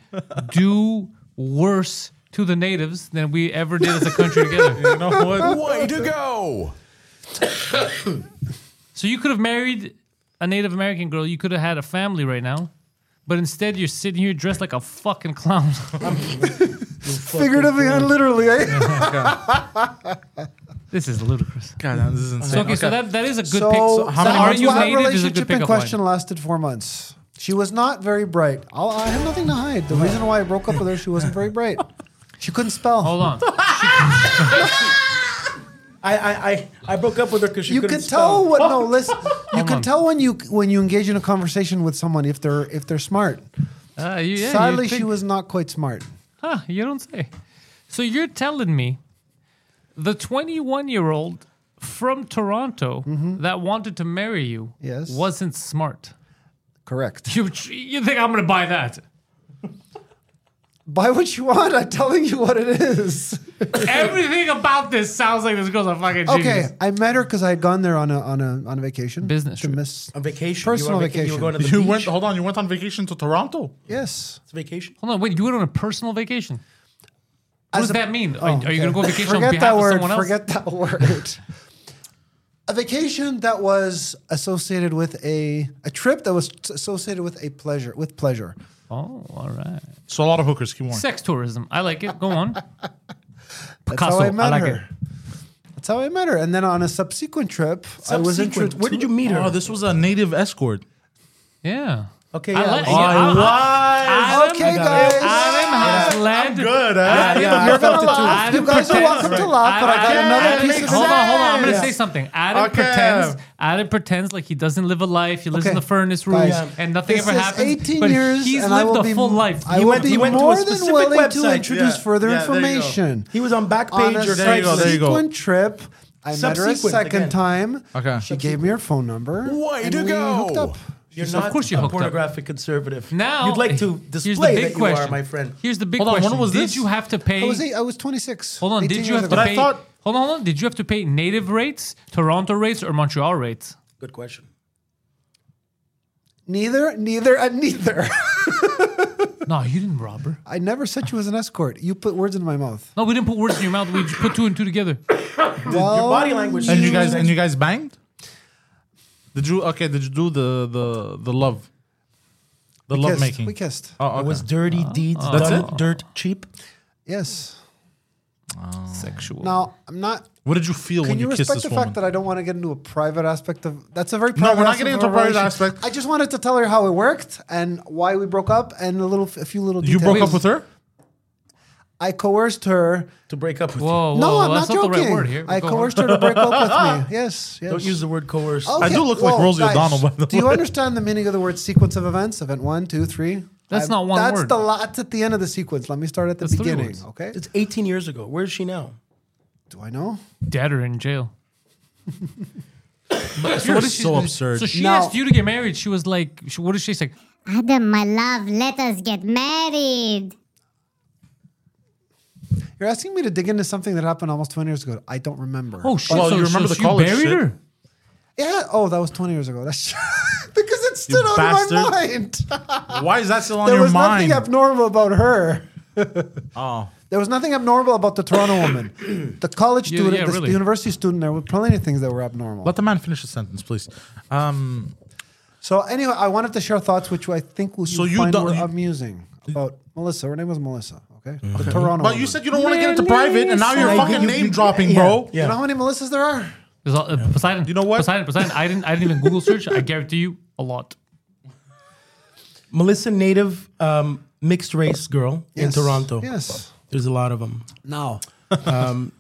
do worse to the natives than we ever did as a country together. <laughs> huh? You know what? Way to go. So you could have married a Native American girl. You could have had a family right now. But instead, you're sitting here dressed like a fucking clown. <laughs> Figuratively and literally, eh? this is ludicrous. God, damn, this is insane. So, okay, so that, that is a good so, pick. So how how many months many are that- you well, that native is a good relationship in pickup question line. lasted four months. She was not very bright. I'll, I have nothing to hide. The reason why I broke up with <laughs> Uh, her, she wasn't very bright. She couldn't spell. Hold on. I, I, I, I broke up with her because she you couldn't could tell spell. what no listen you on. could tell when you when you engage in a conversation with someone if they're if they're smart Uh, you, yeah, you sadly she think- was not quite smart Huh, you don't say. So you're telling me the 21 year old from Toronto that wanted to marry you Mm-hmm. Yes. wasn't smart. correct <laughs> You, you think I'm going to buy that? buy what you want i'm telling you what <laughs> it is Everything about this sounds like this girl's a fucking okay genius. i met her because i had gone there on a on a on a vacation Business to trip. miss On vacation. Personal you were on vaca- You vacation. were going to the You beach. went. Hold on. You went on vacation to Toronto. yes It's vacation. Hold on, wait, you went on a personal vacation. What does a- that mean? Oh, are, are you going to go okay. vacation Forget on behalf that of word. someone else? Forget that <laughs> word. a vacation that was associated with a a trip that was t- associated with a pleasure with pleasure. oh, all right. So a lot of hookers. Keep on. Sex tourism. I like it. Go <laughs> on. That's Picasso. how I met like her. it. That's how I met her. And then on a subsequent trip, I was Subsequent. introduced. Where did you meet her? Oh, this was a native escort. Yeah. Okay, I yeah. like, Oh, yeah, I- I- was. Adam- Okay, guys. Adam has led. Good. Adam- yeah, eh? you're felt gonna it too. laugh. Adam You guys are pretends- welcome to laugh, but I got Adam- another Adam piece of makes- Hold on, hold on. I'm gonna sense. say something. Adam Okay. pretends. Adam pretends like he doesn't live a life. He lives in Okay. the furnace room, Guys, and nothing this ever is happens. 18 but years, he's and I lived will a be, full life. I He will went- be he went to a more than specific willing to website. introduce Yeah, further yeah, there you go. information. He was on Backpage on a or There you go, there you go. subsequent trip. I met her a Subsequent, second again. time. Okay. She gave me her phone number. Way and to we go. Hooked up. You're not course you a hooked up. pornographic conservative. Now you'd like to <laughs> here's the display big that you question. are, my friend. Here's the big Hold on, when question. was did this? you have to pay? I was eight, I was 26. Hold on, 18 did you years have to ago. I pay? thought- hold on, hold on. Did you have to pay native rates, Toronto rates, or Montreal rates? Good question. Neither, neither, and neither. <laughs> No, you didn't rob her. I never said she was an escort. You put words into my mouth. No, we didn't put words in your mouth. We just put two and <laughs> two together. Well, Your body language. And you guys and you guys banged? Did you okay, did you do the the the love? The we love kissed. making. We kissed. Oh, It okay. was dirty deeds That's done it? dirt cheap. Yes. Sexual. Now I'm not. what did you feel Can when you, you, kissed respect this the woman? fact that I don't want to get into a private aspect of? That's a very No, private we're not aspect getting of into a our private relationship. aspect. I just wanted to tell her how it worked and why we broke up and a little, a few little. you Details. broke up with her? I coerced her. To break up with you. Whoa, whoa, no, I'm that's not not, joking. the right word here. I Go on. coerced her to break <laughs> up with me. Yes, yes. Don't use the word coerce. Okay, do look like Rosie O'Donnell, by the Do you way. understand the meaning of the word sequence of events? Event one, two, three. That's not one That's word. the lots at the end of the sequence. Let me start at the That's three beginning. words. Okay. It's 18 years ago. Where is she now? Do I know? <laughs> dead or in jail. but You're so absurd. So she Now- asked you to get married. She was like, she, what did she say? Adam, my love, let us get married. You're asking me to dig into something that happened almost 20 years ago. I don't remember. Oh, shit. Well, so, you remember so the you college buried shit. her? yeah. Oh, that was 20 years ago. That's <laughs> because it stood out bastard. of my mind. Why is that still on there your was mind? Oh. nothing abnormal <laughs> about her. There was nothing abnormal about <coughs> the Toronto woman. The college Yeah, student, yeah, the really. university student, there were plenty of things that were abnormal. Let the man finish the sentence, please. Um So anyway, I wanted to share thoughts which I think will you So you find don't- were you- amusing about Melissa. Her name was Melissa. Okay, the Toronto. but you woman. said you don't want to get into private, and now you're Melissa. fucking name dropping, bro. You Yeah. know how many Melissas there are? There's a- uh, Poseidon. You know what? Poseidon, Poseidon. I didn't, I didn't even Google search. I guarantee you a lot. Melissa, native um, mixed race girl Yes. in Toronto. Yes. There's a lot of them. <laughs> No. um,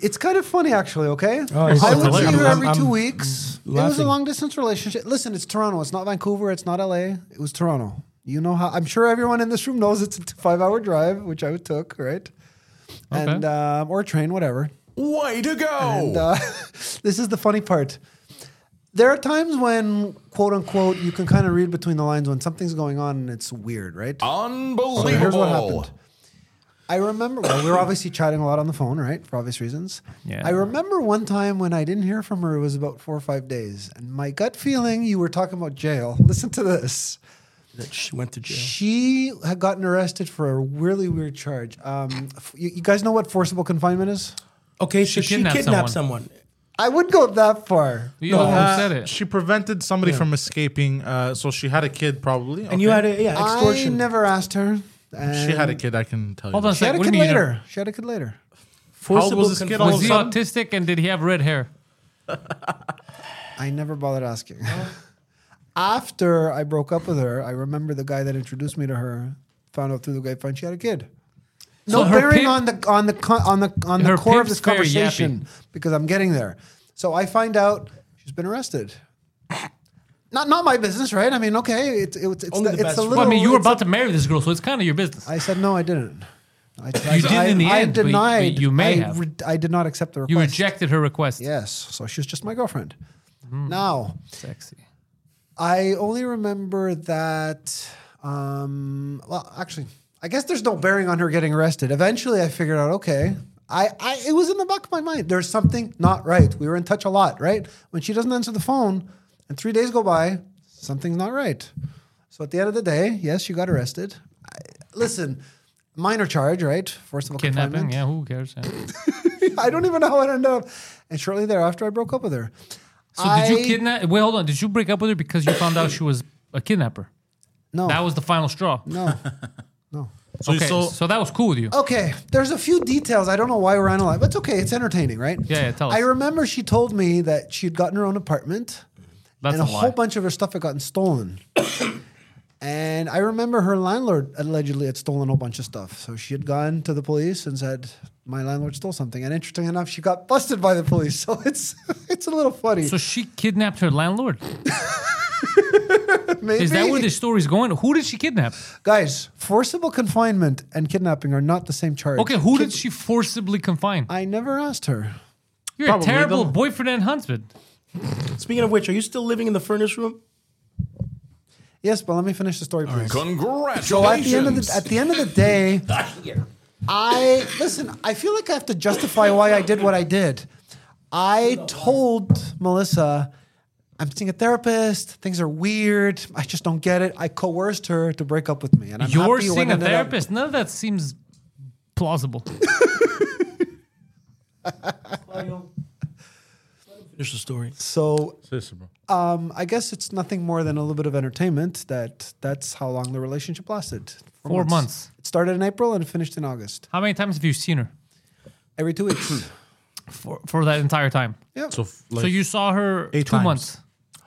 it's kind of funny, actually. Okay, Oh, it's I would hilarious. see her I'm- every I'm two weeks. It was a laughing. long distance relationship. Listen, it's Toronto. It's not Vancouver. It's not LA. It was Toronto. You know how? I'm sure everyone in this room knows it's a five hour drive, which I took, right? And um, or train, whatever. Way to go. uh, <laughs> this is the funny part. There are times when, quote unquote, you can kind of read between the lines when something's going on and it's weird, right? Unbelievable. uh, So here's what happened. I remember, well, we were obviously chatting a lot on the phone, right? For obvious reasons. Yeah. I remember one time when I didn't hear from her, it was about four or five days. And my gut feeling, you were talking about jail. <laughs> Listen to this. That she went to jail. She had gotten arrested for a really weird charge. Um, f- you, you guys know what forcible confinement is? Okay, so she kidnapped kidnapped, someone. someone. I wouldn't go that far. You almost Uh, said it. She prevented somebody from escaping, uh, so she had a kid probably. And you had a yeah, I extortion. never asked her. And She had a kid, I can tell you. Hold on a that. She second. had a What do kid you mean? you don't- later. She had a kid later. How old was this kid all of Was a he sudden? autistic and did he have red hair? I never bothered asking. <laughs> After I broke up with her, I remember the guy that introduced me to her found out through the grapevine she had a kid. no So her bearing pimp- on the on the con- on the on the Her core of this pimp's very yappy. conversation because I'm getting there. So I find out she's been arrested. Not not my business, right? I mean, okay, it's it's it's, Only the, the it's a best. little. Well, I mean, you were it's a- about to marry this girl, so it's kind of your business. I said no, I didn't. I, You did in the end, but- but you may I, have. I did not accept the request. you rejected her request. Yes, so she was just my girlfriend. Mm-hmm. Now Sexy. I only remember that. Um, well, actually, I guess there's no bearing on her getting arrested. Eventually, I figured out. Okay, I, I it was in the back of my mind. There's something not right. We were in touch a lot, right? When she doesn't answer the phone, and three days go by, something's not right. So at the end of the day, yes, she got arrested. I, listen, minor charge, right? Forcible Kidnapping. confinement. Yeah, who cares? <clears throat> yeah. <laughs> I don't even know how it ended up. And shortly thereafter, I broke up with her. So did you kidnap? Wait, hold on. Did you break up with her because you found out she was a kidnapper? No, That was the final straw. no. Oh, So, Okay, so, so, that was cool with you. Okay, there's a few details. I don't know why we're analyzing, but it's okay. It's entertaining, right? Yeah, yeah, tell us. I remember she told me that she had gotten her own apartment That's and a a, lie. whole bunch of her stuff had gotten <coughs> stolen. and I remember her landlord allegedly had stolen a whole bunch of stuff. So she had gone to the police and said, My landlord stole something. And interesting enough, she got busted by the police. <laughs> So it's it's a little funny. So she kidnapped her <laughs> landlord. Maybe. Is that where this story's going? Who did she kidnap? Guys, forcible confinement and kidnapping are not the same charge. Okay, who did she forcibly confine? I never asked her. You're a Probably terrible the- boyfriend and husband. Speaking of which, are you still living in the furnace room? Yes, but let me finish the story, please. Congratulations. So at the end of the at the end of the day, <laughs> I listen. I feel like I have to justify why I did what I did. I told Melissa, I'm seeing a therapist. Things are weird. I just don't get it. I coerced her to break up with me, and I'm You're happy seeing when a it ended up- therapist. None of that seems plausible. Finish the story. So Sister, bro. um, I guess it's nothing more than a little bit of entertainment. That that's how long the relationship lasted. Four months. It started in April and it finished in August. How many times have you seen her Every <clears throat> two weeks. for, for that entire time? So, f- like, so you saw her eight two times.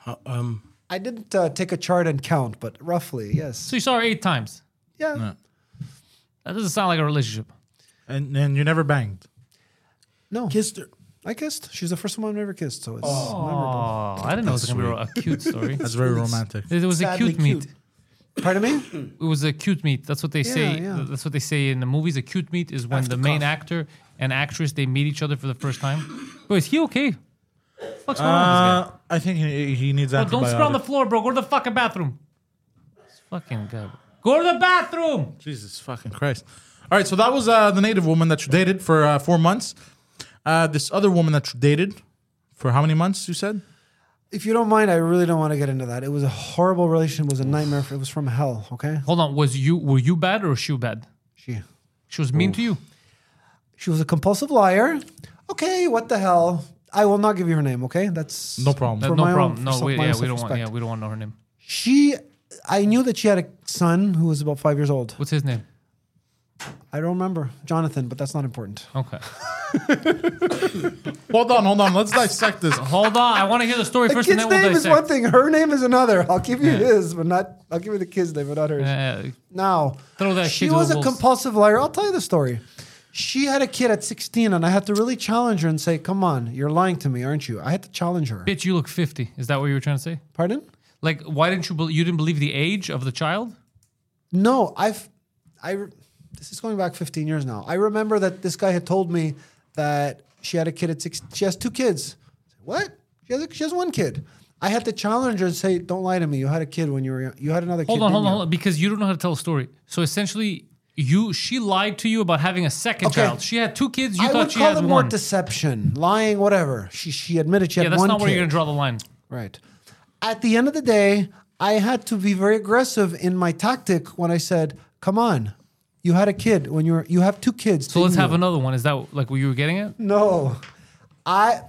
months. I didn't uh, take a chart and count, but roughly, yes. So you saw her eight times. Yeah. That doesn't sound like a relationship. and and you never banged. No. Kissed her. I kissed. She's the first woman I've ever kissed, so it's memorable. Oh, I didn't know it was gonna be a <laughs> cute story. That's very romantic. Uh, It was a Sadly cute meet. cute. Pardon me? It was a cute meet. That's what they say. yeah. That's what they say in the movies. A cute meet is when the main actor and actress they meet each other for the first time. Bro, is he okay? What's going on with Uh, I think he, he needs this guy? Bro, Oh, don't spill on the floor, bro. Go to the fucking bathroom. This fucking guy. Go to the bathroom. Jesus fucking Christ. All right, so that was uh, the native woman that you dated for uh, four months. Uh, this other woman that you dated for how many months, you said? If you don't mind, I really don't want to get into that. It was a horrible relationship. It was a nightmare. It was from hell, okay? Hold on. Was you were you bad or was she bad? She She was mean to you. she was a compulsive liar. Okay, what the hell? I will not give you her name, okay? That's No problem. Uh, for no my own- problem. for No, some- we, my yeah, own we don't want. Yeah, self-respect. we don't want to know her name. She I knew that she had a son who was about 5 years old. What's his name? I don't remember. Jonathan, but that's not important. <laughs> Okay. Hold on, hold on. Let's dissect this. Hold on. I want to hear the story The first, and then kid's we'll name is dissect. one thing. Her name is another. I'll give you Yeah. his, but not. I'll give you the kid's name, but not hers. Uh, Now, Throw that kid she to the was a wolves. compulsive liar. I'll tell you the story. She had a kid at 16, and I had to really challenge her and say, "Come on, you're lying to me, aren't you?" I had to challenge her. bitch, you look fifty. Is that what you were trying to say? Pardon? Like, why didn't you? Be- you didn't believe the age of the child? No, I've, I, re- this is going back 15 years now. I remember that this guy had told me that she had a kid at six. She has two kids. I said, what? She has, a, she has one kid. I had to challenge her and say, "Don't lie to me. You had a kid when you were. young- You had another Hold kid." on, didn't hold on, you?" hold on, because you don't know how to tell a story. So essentially, you she lied to you about having a second Okay. child. She had two kids. You I thought would she call had it more one. deception, lying, whatever. She she admitted she yeah, had that's one not where kid. you're gonna draw the line. Right. At the end of the day, I had to be very aggressive in my tactic when I said, "Come on, you had a kid when you were you have two kids." So let's didn't have you?" another one. Is that like what you were getting at? No, I.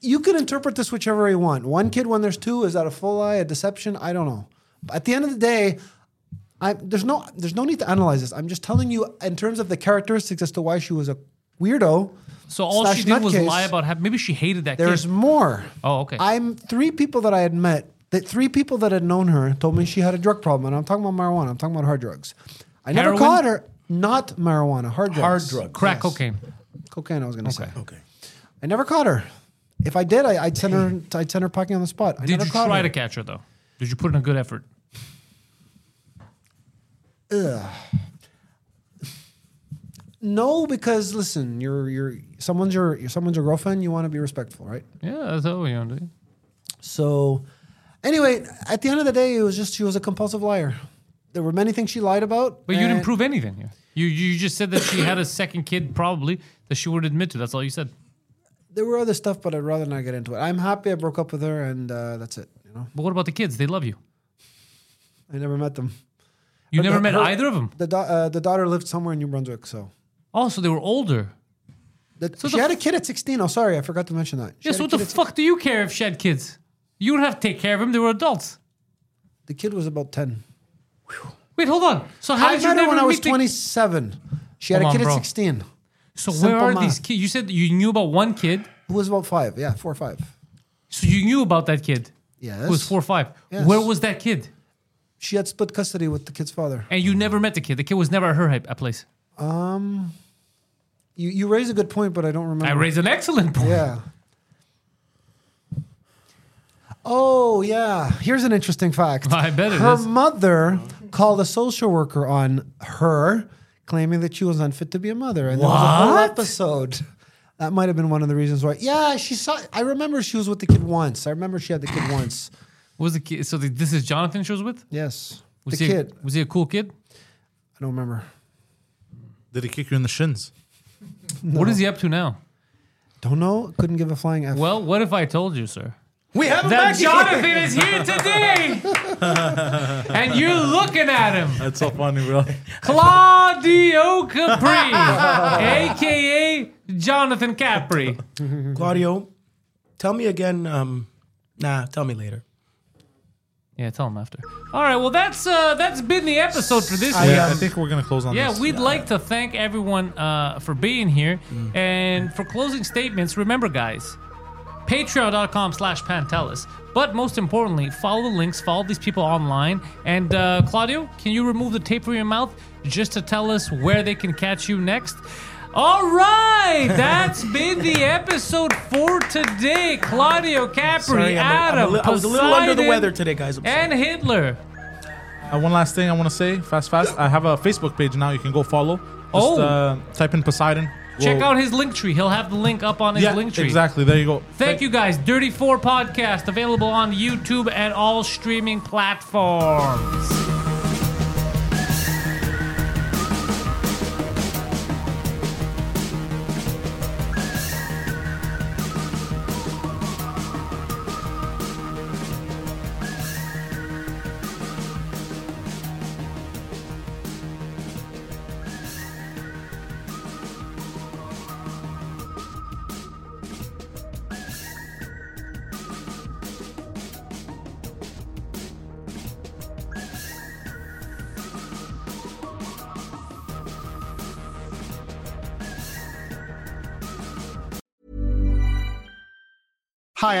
You can interpret this whichever way you want. One kid when there's two is that a full lie, a deception? I don't know. But at the end of the day, I there's no there's no need to analyze this. I'm just telling you in terms of the characteristics as to why she was a weirdo. So all slash she did was nutcase. lie about having. Maybe she hated that There's kid. more. Oh, okay. I'm three people that I had met. That three people that had known her told me she had a drug problem, and I'm talking about marijuana. I'm talking about hard drugs. I never Heroin? caught her. Not marijuana, hard Hard drugs. drug. Crack yes. cocaine. Cocaine, I was going to say. Okay. I never caught her. If I did, I, I'd send her. I'd send her packing on the spot. I Hmm. Did never you caught try her. to catch her though? Did you put in a good effort? No, because listen, you're you're someone's your you're someone's your girlfriend. You want to be respectful, right? Yeah, that's how we do. So, anyway, at the end of the day, it was just she was a compulsive liar. There were many things she lied about. But you didn't and- prove anything here. You you just said that she had a second kid, probably that she would admit to. That's all you said. There were other stuff, but I'd rather not get into it. I'm happy I broke up with her, and uh, that's it. You know, But what about the kids? They love you. I never met them. You never the- met her- either of them. The da- uh, the daughter lived somewhere in New Brunswick, so. Oh, so they were older. That, So she the had a f- kid at 16. Oh, sorry, I forgot to mention that. She Yes. had a What the kid at si- fuck do you care if she had kids? You don't have to take care of them. They were adults. The kid was about 10. Wait, hold on. So how I did you met her never when I was meet the- 27. She had Hold a on, kid at bro. 16. So where Simple are math. these kids? You said you knew about one kid. Who was about five? Yeah, four or five. So you knew about that kid. Yes. Who was four or five. Yes. Where was that kid? She had split custody with the kid's father. And you never met the kid. The kid was never at her hy- uh, place. You you raise a good point, but I don't remember. I raised an excellent point. Yeah. Oh yeah. Here's an interesting fact. I bet it her is. mother called a social worker on her, claiming that she was unfit to be a mother, and there was a whole What? episode. That might have been one of the reasons why. Yeah, she saw. I remember she was with the kid once. I remember she had <coughs> the kid once. Was the kid? So the, this is Jonathan she was with. Yes, Was the he kid. A, was he a cool kid? I don't remember. Did he kick you in the shins? What is he up to now? Don't know. Couldn't give a flying f. Well, what if I told you, sir? We have That Jonathan is <laughs> here today, and you're looking at <laughs> him, That's so funny, <laughs> bro. Claudio Capri, aka Jonathan Capri. Claudio, tell me again. Um, nah, tell me later. Yeah, tell him after. All right, well that's uh that's been the episode for this week. Yeah, I think we're gonna close on Yeah, this. we'd like to thank everyone uh, for being here. Mm. And for closing statements, remember, guys, patreon.com slash Pantelis. But most importantly, follow the links, follow these people online. And uh, Claudio, can you remove the tape from your mouth just to tell us where they can catch you next? All <laughs> right, that's been the episode for today. Claudio Capri, Sorry, I'm a- I'm a Adam, li- I was a little under the Poseidon, weather today, guys. I'm sorry. and Hitler. Uh, one last thing I want to say, fast, fast. I have a Facebook page now. You can go follow. Just, Oh. uh, type in Poseidon. Check We'll- out his link tree. He'll have the link up on his yeah, link tree. exactly. There you go. Thank you guys. Dirty Four Podcast available on YouTube and all streaming platforms. Hi,